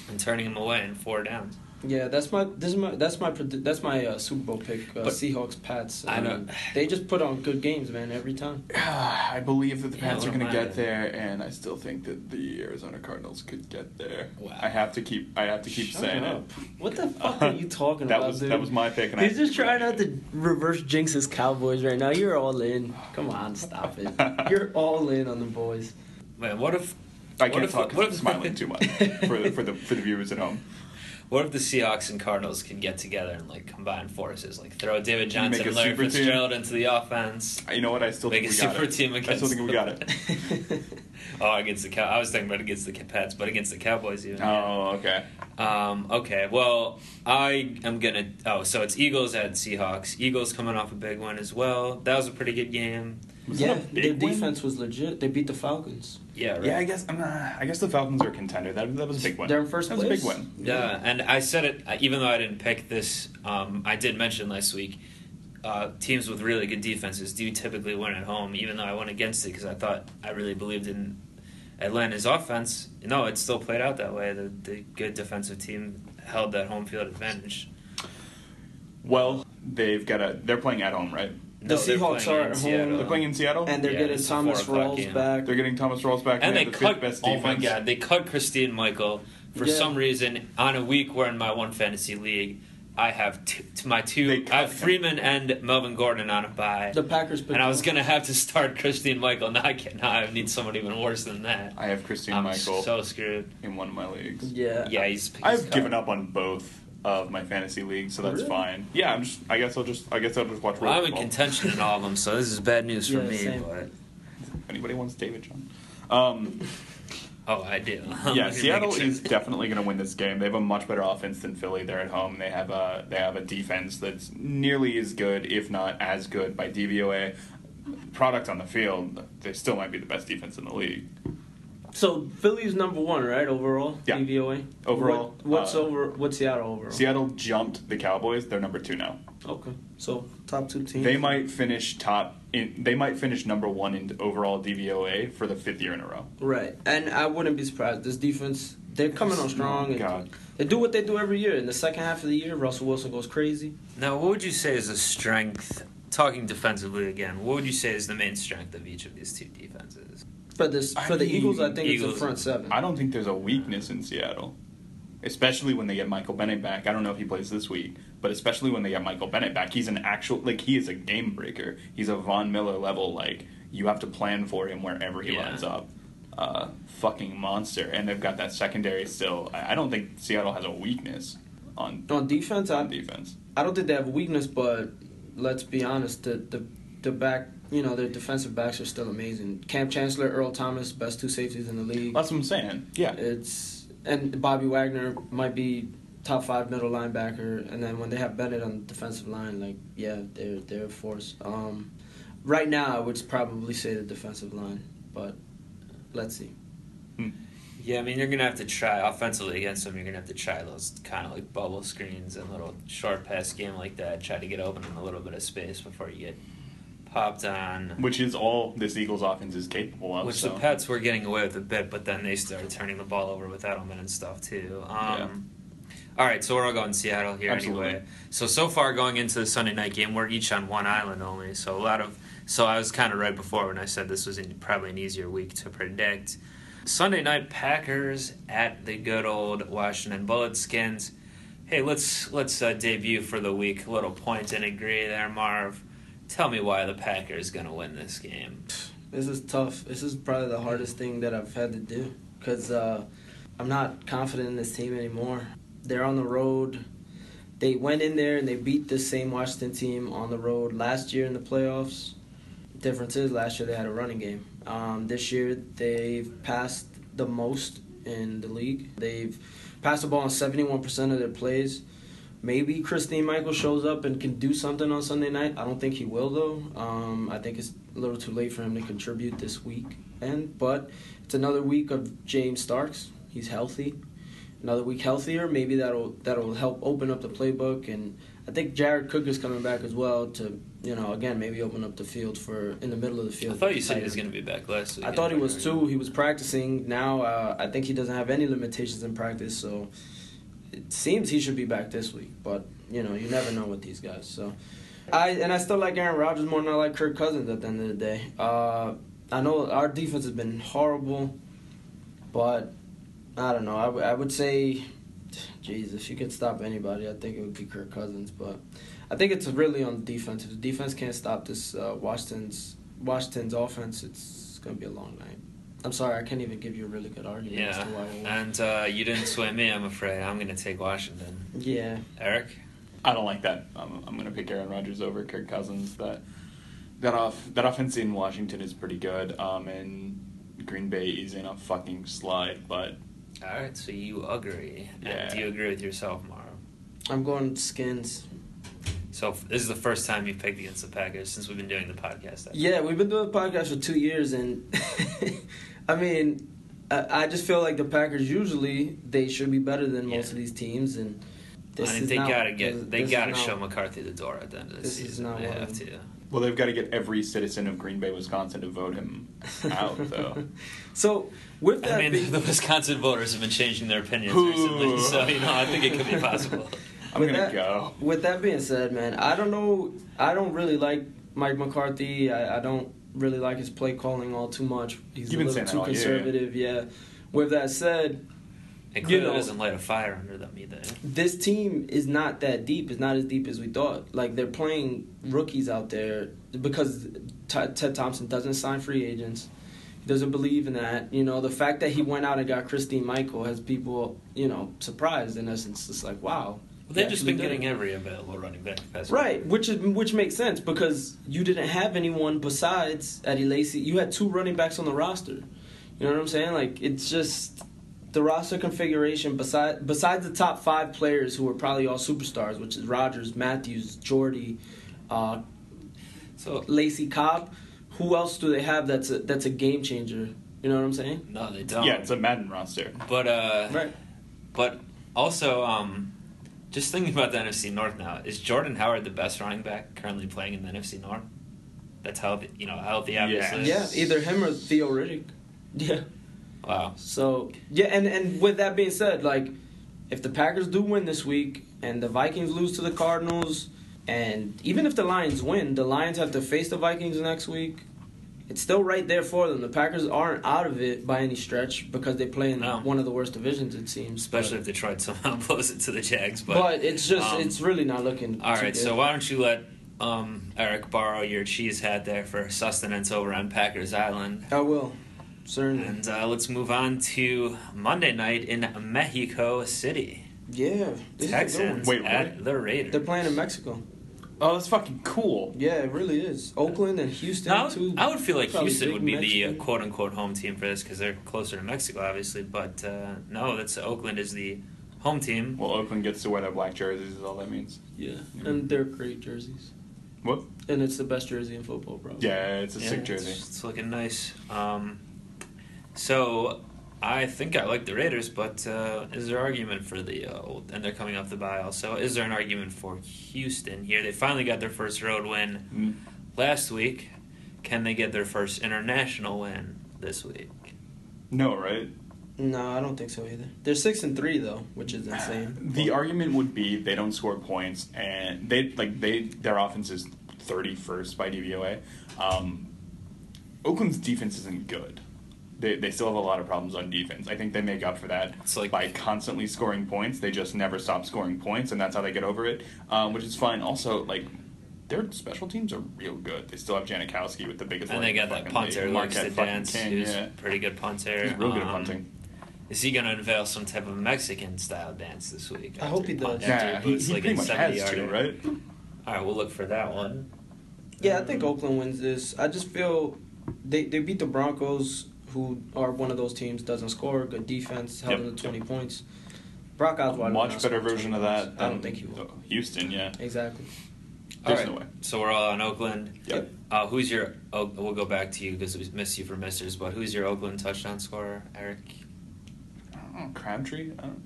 And turning them away in four downs. Yeah, that's my this is my that's my predi- that's my uh, Super Bowl pick. Uh, But- Seahawks, Pats. I know. mean, they just put on good games, man, every time. I believe that the Yeah, Pats what are going am to I get then? there, and I still think that the Arizona Cardinals could get there. Wow. I have to keep. I have to keep Shut saying up. it. What the fuck are you talking that about, was dude? that was my pick. And I He's have to just keep trying not saying to reverse jinx his Cowboys right now. You're all in. Come on, stop it. You're all in on the boys. Man, what if it. I what can't if- talk 'cause what I'm if- smiling too much for the, for the for the viewers at home. what if the Seahawks and Cardinals can get together and like combine forces, like throw David You make Johnson, a Larry super team. Fitzgerald into the offense, You know what? I still make a think we got super it. team I against. still think we got it. oh, against the Cow. I was thinking about against the Pats, but against the Cowboys even. Oh, okay. Um, okay, well, I am gonna. Oh, so it's Eagles at Seahawks. Eagles coming off a big win as well. That was a pretty good game. Was that yeah, a their big win? defense was legit. They beat the Falcons. Yeah, right. Yeah, I guess I'm not, I guess the Falcons are a contender. That that was a big one. They're in first That was a place. big one. Yeah, and I said it uh, even though I didn't pick this. Um, I did mention last week. Uh, teams with really good defenses do typically win at home, even though I went against it because I thought I really believed in Atlanta's offense. No, it still played out that way. The, the good defensive team held that home field advantage. Well, they've got a. They're playing at home, right? No, The they're Seahawks playing are in at home. Seattle. They're playing in Seattle, Uh, And they're Yeah, getting it's a four Thomas o'clock Rawls game. back. they're getting Thomas Rawls back, and they they have the fifth cut. best oh defense. my god, they cut Christine Michael for Yeah. some reason on a week where in my one fantasy league I have two, to my They two. cut I have him. Freeman and Melvin Gordon on a bye. The Packers picked and I was up. gonna have to start Christine Michael. Now I can't. Now I need someone even worse than that. I have Christine I'm Michael so screwed. in one of my leagues. Yeah. Yeah, he's. he's I've cut. given up on both of my fantasy leagues, so that's Really? fine. Yeah, I'm just. I guess I'll just. I guess I'll just watch. Well, Rose I'm in Bowl. contention in all of them, so this is bad news for Yeah, me. same. But Anybody wants David John? Um, oh, I do. yeah, Seattle Making is sure. definitely going to win this game. They have a much better offense than Philly. They're at home. They have a they have a defense that's nearly as good, if not as good, by DVOA. Product on the field, they still might be the best defense in the league. So Philly's number one, right? Overall, Yeah. DVOA. Overall, What- what's uh, over? What's Seattle overall? Seattle jumped the Cowboys. They're number two now. Okay, so top two teams. They might finish top. In, they might finish number one in overall DVOA for the fifth year in a row. Right, and I wouldn't be surprised. This defense, they're coming on strong. and God. They do what they do every year. In the second half of the year, Russell Wilson goes crazy. Now, what would you say is the strength? Talking defensively again, what would you say is the main strength of each of these two defenses? For this, I for the mean, Eagles, I think it's Eagles- the front seven. I don't think there's a weakness in Seattle, especially when they get Michael Bennett back. I don't know if he plays this week, but especially when they get Michael Bennett back, he's an actual like he is a game breaker. He's a Von Miller level like you have to plan for him wherever he Yeah. lines up. Uh, fucking monster, and they've got that secondary still. I, I don't think Seattle has a weakness on on defense, on I, defense. I don't think they have a weakness, but let's be honest, the the, the back, you know, their defensive backs are still amazing. Cam Chancellor, Earl Thomas, best two safeties in the league. That's what I'm saying. Yeah, It's and Bobby Wagner might be top five middle linebacker, and then when they have Bennett on the defensive line, like yeah, they're they're a force. Um, right now, I would probably say the defensive line, but let's see. Yeah, I mean you're gonna have to try offensively against them. You're gonna have to try those kind of like bubble screens and little short pass game like that. Try to get open in a little bit of space before you get popped on. which is all this Eagles offense is capable of. Which so. the Pats were getting away with a bit, but then they started turning the ball over with Edelman and stuff too. Um, All right, so we're all going Seattle here Absolutely. anyway. So so far going into the Sunday night game, we're each on one island only. So a lot of so I was kind of right before when I said this was an, probably an easier week to predict. Sunday night Packers at the good old Washington Bullets Hey, let's let's uh, debut for the week. Little point and agree there, Marv. Tell me why the Packers gonna win this game. This is tough. This is probably the hardest thing that I've had to do because uh, I'm not confident in this team anymore. They're on the road. They went in there and they beat the same Washington team on the road last year in the playoffs. difference is last year they had a running game. Um, this year they've passed the most in the league. They've passed the ball on 71% of their plays. Maybe Christine Michael shows up and can do something on Sunday night. I don't think he will though. Um, I think it's a little too late for him to contribute this week. And but it's another week of James Starks. He's healthy. Another week healthier. Maybe that'll that'll help open up the playbook and I think Jared Cook is coming back as well to, you know, again maybe open up the field for in the middle of the field. I thought you said he Tighter. was gonna be back last week. I thought he was too. He was practicing. Now uh, I think he doesn't have any limitations in practice, so it seems he should be back this week, but you know, you never know with these guys. So, I and I still like Aaron Rodgers more than I like Kirk Cousins at the end of the day. Uh, I know our defense has been horrible, but I don't know. I, w- I would say, jeez, if you could stop anybody, I think it would be Kirk Cousins. But I think it's really on defense. If the defense can't stop this uh, Washington's Washington's offense, it's gonna be a long night. I'm sorry, I can't even give you a really good argument. as Yeah, to why we won. and uh, you didn't sway me. I'm afraid I'm going to take Washington. yeah. Eric, I don't like that. I'm, I'm going to pick Aaron Rodgers over Kirk Cousins. That that off that offense in Washington is pretty good. Um, and Green Bay is in a fucking slide. But all right. So you agree, and Yeah. do you agree with yourself, Mara? I'm going skins. So f- this is the first time you've picked against the Packers since we've been doing the podcast. Yeah, we've been doing podcasts for two years, and I mean, I, I just feel like the Packers usually they should be better than most Yeah. of these teams, and I think they not- gotta get they this is gotta not- show McCarthy the door at the end of the this is season. not They one of have them. to. well, they've got to get every citizen of Green Bay, Wisconsin, to vote him out. Though So with I that, mean, being, the Wisconsin voters have been changing their opinions Ooh. recently, so you know I think it could be possible. I'm With going to that- go. with that being said, man, I don't know. I don't really like Mike McCarthy. I, I don't really like his play calling all too much. He's You've a been little saying too that all year, yeah. conservative. yeah. With that said, It clearly know. doesn't light a fire under them either. this team is not that deep. It's not as deep as we thought. Like they're playing Mm-hmm. rookies out there because T- Ted Thompson doesn't sign free agents. He doesn't believe in that. You know, the fact that he went out and got Christine Michael has people, you know, surprised in essence. It's like, wow. Well, they've he just been actually did getting it. every available running back. the past Right, week. which is which makes sense because you didn't have anyone besides Eddie Lacy. You had two running backs on the roster. You know what I'm saying? Like it's just the roster configuration besides besides the top five players who were probably all superstars, which is Rogers, Matthews, Jordy, uh, So Lacy Cobb. Who else do they have that's a, that's a game changer? You know what I'm saying? no, they don't. yeah, it's a Madden roster. but uh, Right. but also um, just thinking about the NFC North now. Is Jordan Howard the best running back currently playing in the NFC North? That's healthy, you know, healthy. Obviously, Yeah, either him or Theo Riddick. Yeah. Wow. So yeah, and and with that being said, like if the Packers do win this week and the Vikings lose to the Cardinals, and even if the Lions win, the Lions have to face the Vikings next week. It's still right there for them. The Packers aren't out of it by any stretch because they play in No. one of the worst divisions, it seems. Especially if Detroit somehow blows it to the Jags. but, But, but it's just um, it's really not looking. all too right. So good. why don't you let um, Eric borrow your cheese hat there for sustenance over on Packers Island, I will certainly. and uh, let's move on to Monday night in Mexico City. Yeah, this is a good one. Texans Wait, what? at the Raiders. They're playing in Mexico. Oh, that's fucking cool. Yeah, it really is. Oakland and Houston No, I, too. would, I would feel like Probably Houston big would be the Mexican. uh, quote unquote home team for this because they're closer to Mexico, obviously. But uh, no, that's Oakland is the home team. Well, Oakland gets to wear their black jerseys. Is all that means. Yeah, Yeah. and they're great jerseys. What? And it's the best jersey in football, bro. Yeah, it's a Yeah, sick it's- jersey. It's, looking nice. Um, so I think I like the Raiders, but uh, is there argument for the uh, old? And they're coming off the bye also. Is there an argument for Houston here? They finally got their first road win Mm. last week. Can they get their first international win this week? No, right? No, I don't think so either. They're six and three though, which is insane. The argument would be they don't score points, and they like they their offense is thirty first by DVOA. Um, Oakland's defense isn't good. They, they still have a lot of problems on defense. I think they make up for that It's like- by constantly scoring points. They just never stop scoring points, and that's how they get over it, um, which is fine. Also, like their special teams are real good. They still have Janikowski with the biggest. And leg they in got the that fucking league. punter who likes Marquette to fucking dance. King, He's yeah. a pretty good punter. He's real good at Um, punting. Is he going to unveil some type of Mexican style dance this week? I hope he After does. punts into Yeah, a he, boots he like pretty a much 70 has to, yarder. right? All right, we'll look for that one. yeah, I think Oakland wins this. I just feel they they beat the Broncos, who are one of those teams doesn't score, good defense, held Yep, them to twenty yep. points. Brock Osweiler. will much not better score 20 version of points. that. I than don't think he will. Houston, yeah. Exactly. There's All no way. So we're all on Oakland. Yep. Uh, who's your? Oh, we'll go back to you because we missed you for misters. But who's your Oakland touchdown scorer, Eric? I don't know, Crabtree. I don't,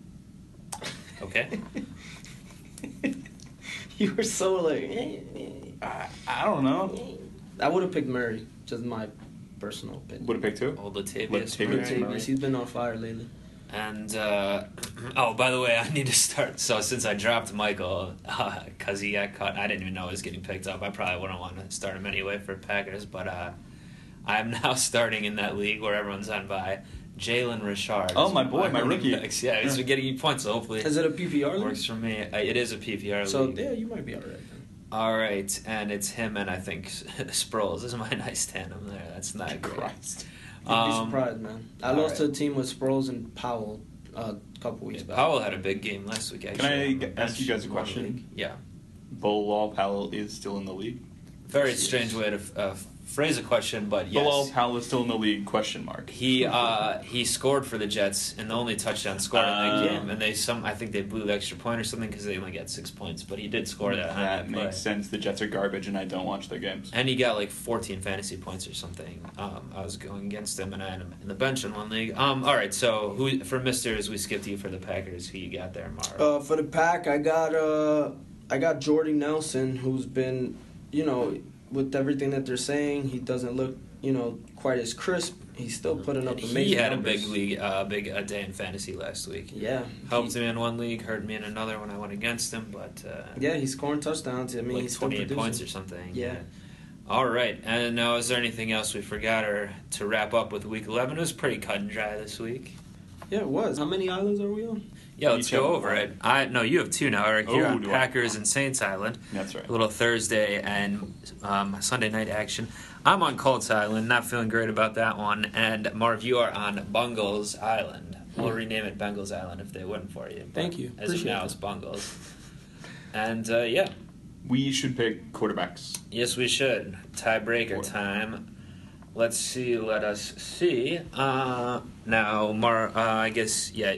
Okay. you were so like. I, I don't know. I would have picked Murray, just my personal opinion. Would have picked two. Old Latavius. Latavius Murray. Murray. Latavius, he's been on fire lately. And uh, oh, by the way, I need to start. So since I dropped Michael because he got caught, I didn't even know he was getting picked up. I probably wouldn't want to start him anyway for Packers, but uh, I'm now starting in that league where everyone's on by. Jalen Richard. Oh, is my boy, my running rookie. backs. Yeah, he's Yeah. been getting you points. So hopefully, Is it a PPR it league? works for me. Uh, It is a PPR So league. yeah, you might be all right. Then. All right, and it's him and I think Sproles is my nice tandem there. That's not great. Christ. You'd Um, be surprised, man. I all lost right. to a team with Sproles and Powell uh, a couple weeks Yeah, back. Powell had a big game last week. Can Actually, I on the g- ask you bench. guys a question? Yeah. Bilal Powell is still in the league. Very Yes. strange way to uh, phrase a question, but yes. Bilal Powell is still in the league? Question mark. he uh, he scored for the Jets and the only touchdown scored in that Uh, game, and they some I think they blew the extra point or something because they only got six points, but he did score that. on That play. makes sense. The Jets are garbage, and I don't watch their games. And he got like 14 fantasy points or something. Um, I was going against him, and I had him in the bench in one league. Um, all right, so who for Misters we skipped you for the Packers. Who you got there, Marv? Uh, for the pack, I got uh, I got Jordy Nelson, who's been, you know, with everything that they're saying, he doesn't look, you know, quite as crisp. He's still putting up amazing. he had a numbers. big league, uh, big uh, day in fantasy last week. Yeah, Helped he- him in one league, hurt me in another when I went against him, but uh, Yeah, he's scoring touchdowns. I mean, like he's still 28 producing. points or something. Yeah. All right, and now is there anything else we forgot or to wrap up with week 11? It was pretty cut and dry this week. Yeah, it was. How many islands are we on? Yeah, let's Each go have over one. it. I no, you have two now, Eric. You're Oh, on do I? Packers and Saints Island. That's right. A little Thursday and um, Sunday night action. I'm on Colts Island, not feeling great about that one. And Marv, you are on Bungles Island. We'll rename it Bengals Island if they win for you. but Hmm. Thank you. As of Appreciate now, that. it's Bungles. And uh, yeah, We should pick quarterbacks. yes, we should. Tiebreaker What? time. Let's see. Let us see. Uh, now, Mar. Uh, I guess yeah.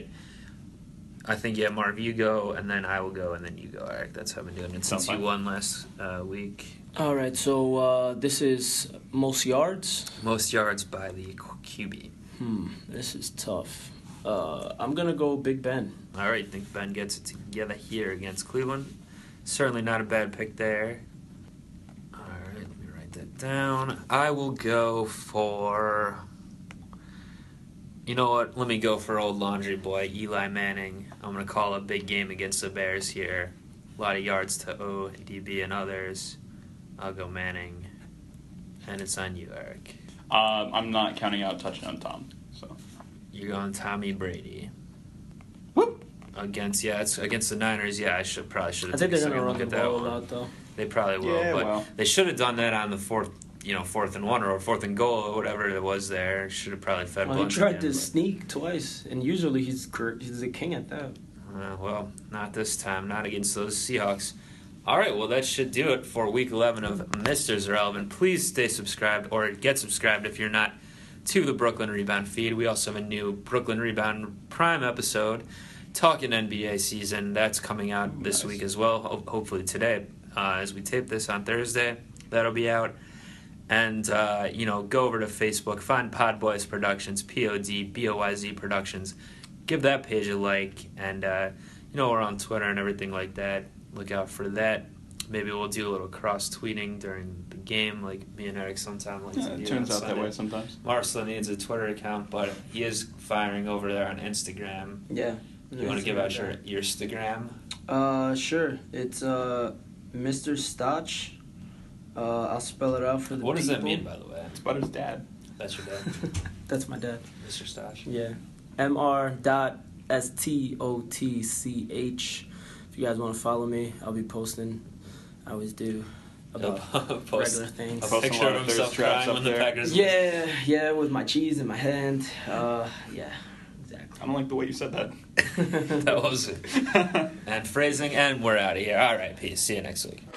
I think yeah, Marv, you go, and then I will go, and then you go, Eric. That's how I've been doing it Sounds since you won fine. last uh, week. All right, so uh, this is most yards. Most yards by the Q- QB. Hmm, this is tough. Uh, I'm gonna go Big Ben. All right, think Ben gets it together here against Cleveland. Certainly not a bad pick there. All right, let me write that down. I will go for. You know what? Let me go for old laundry boy Eli Manning. I'm gonna call a big game against the Bears here. A lot of yards to O, DB, and others. I'll go Manning, and it's on you, Eric. Um, I'm not counting out touchdown Tom. So You're going Tommy Brady. Whoop. Against yeah, it's against the Niners. Yeah, I should probably should I have think taken a they're gonna second look run the at that ball a one. lot though. They probably will, Yeah, but well. they should have done that on the fourth, you know, fourth and one or fourth and goal or whatever it was. There should have probably fed. Well, he Blunt tried again, to but- sneak twice, and usually he's gr- he's the king at that. Uh, well, not this time. Not against those Seahawks. All right, well, that should do it for week 11 of Mr. Irrelevant. Please stay subscribed or get subscribed if you're not to the Brooklyn Rebound feed. We also have a new Brooklyn Rebound Prime episode talking NBA season. That's coming out this Nice. week as well, ho- hopefully today. Uh, as we tape this on Thursday, that'll be out and uh, you know go over to facebook find podboys productions p-o-d-b-o-y-z productions give that page a like and uh, you know we're on twitter and everything like that look out for that maybe we'll do a little cross tweeting during the game like me and eric sometime like yeah, it turns out that way sometimes. Marcel needs a Twitter account, but he is firing over there on Instagram. Yeah. You want to give out your your Instagram? Uh, sure. It's uh, Mr. Stotch. Uh, I'll spell it out for the. What does that people. mean, by the way? It's about his dad. That's your dad, That's my dad. Mr. Stash. Yeah. Mr. Dot S T O T C H. If you guys want to follow me, I'll be posting. I always do about Post- regular things. A Posting picture a lot of of thirst himself traps crying up when the there. Packers lose. Yeah, yeah, with my cheese in my hand. Uh, yeah, I don't like the way you said that. exactly. that was it. And phrasing, and we're out of here. All right, peace. See you next week.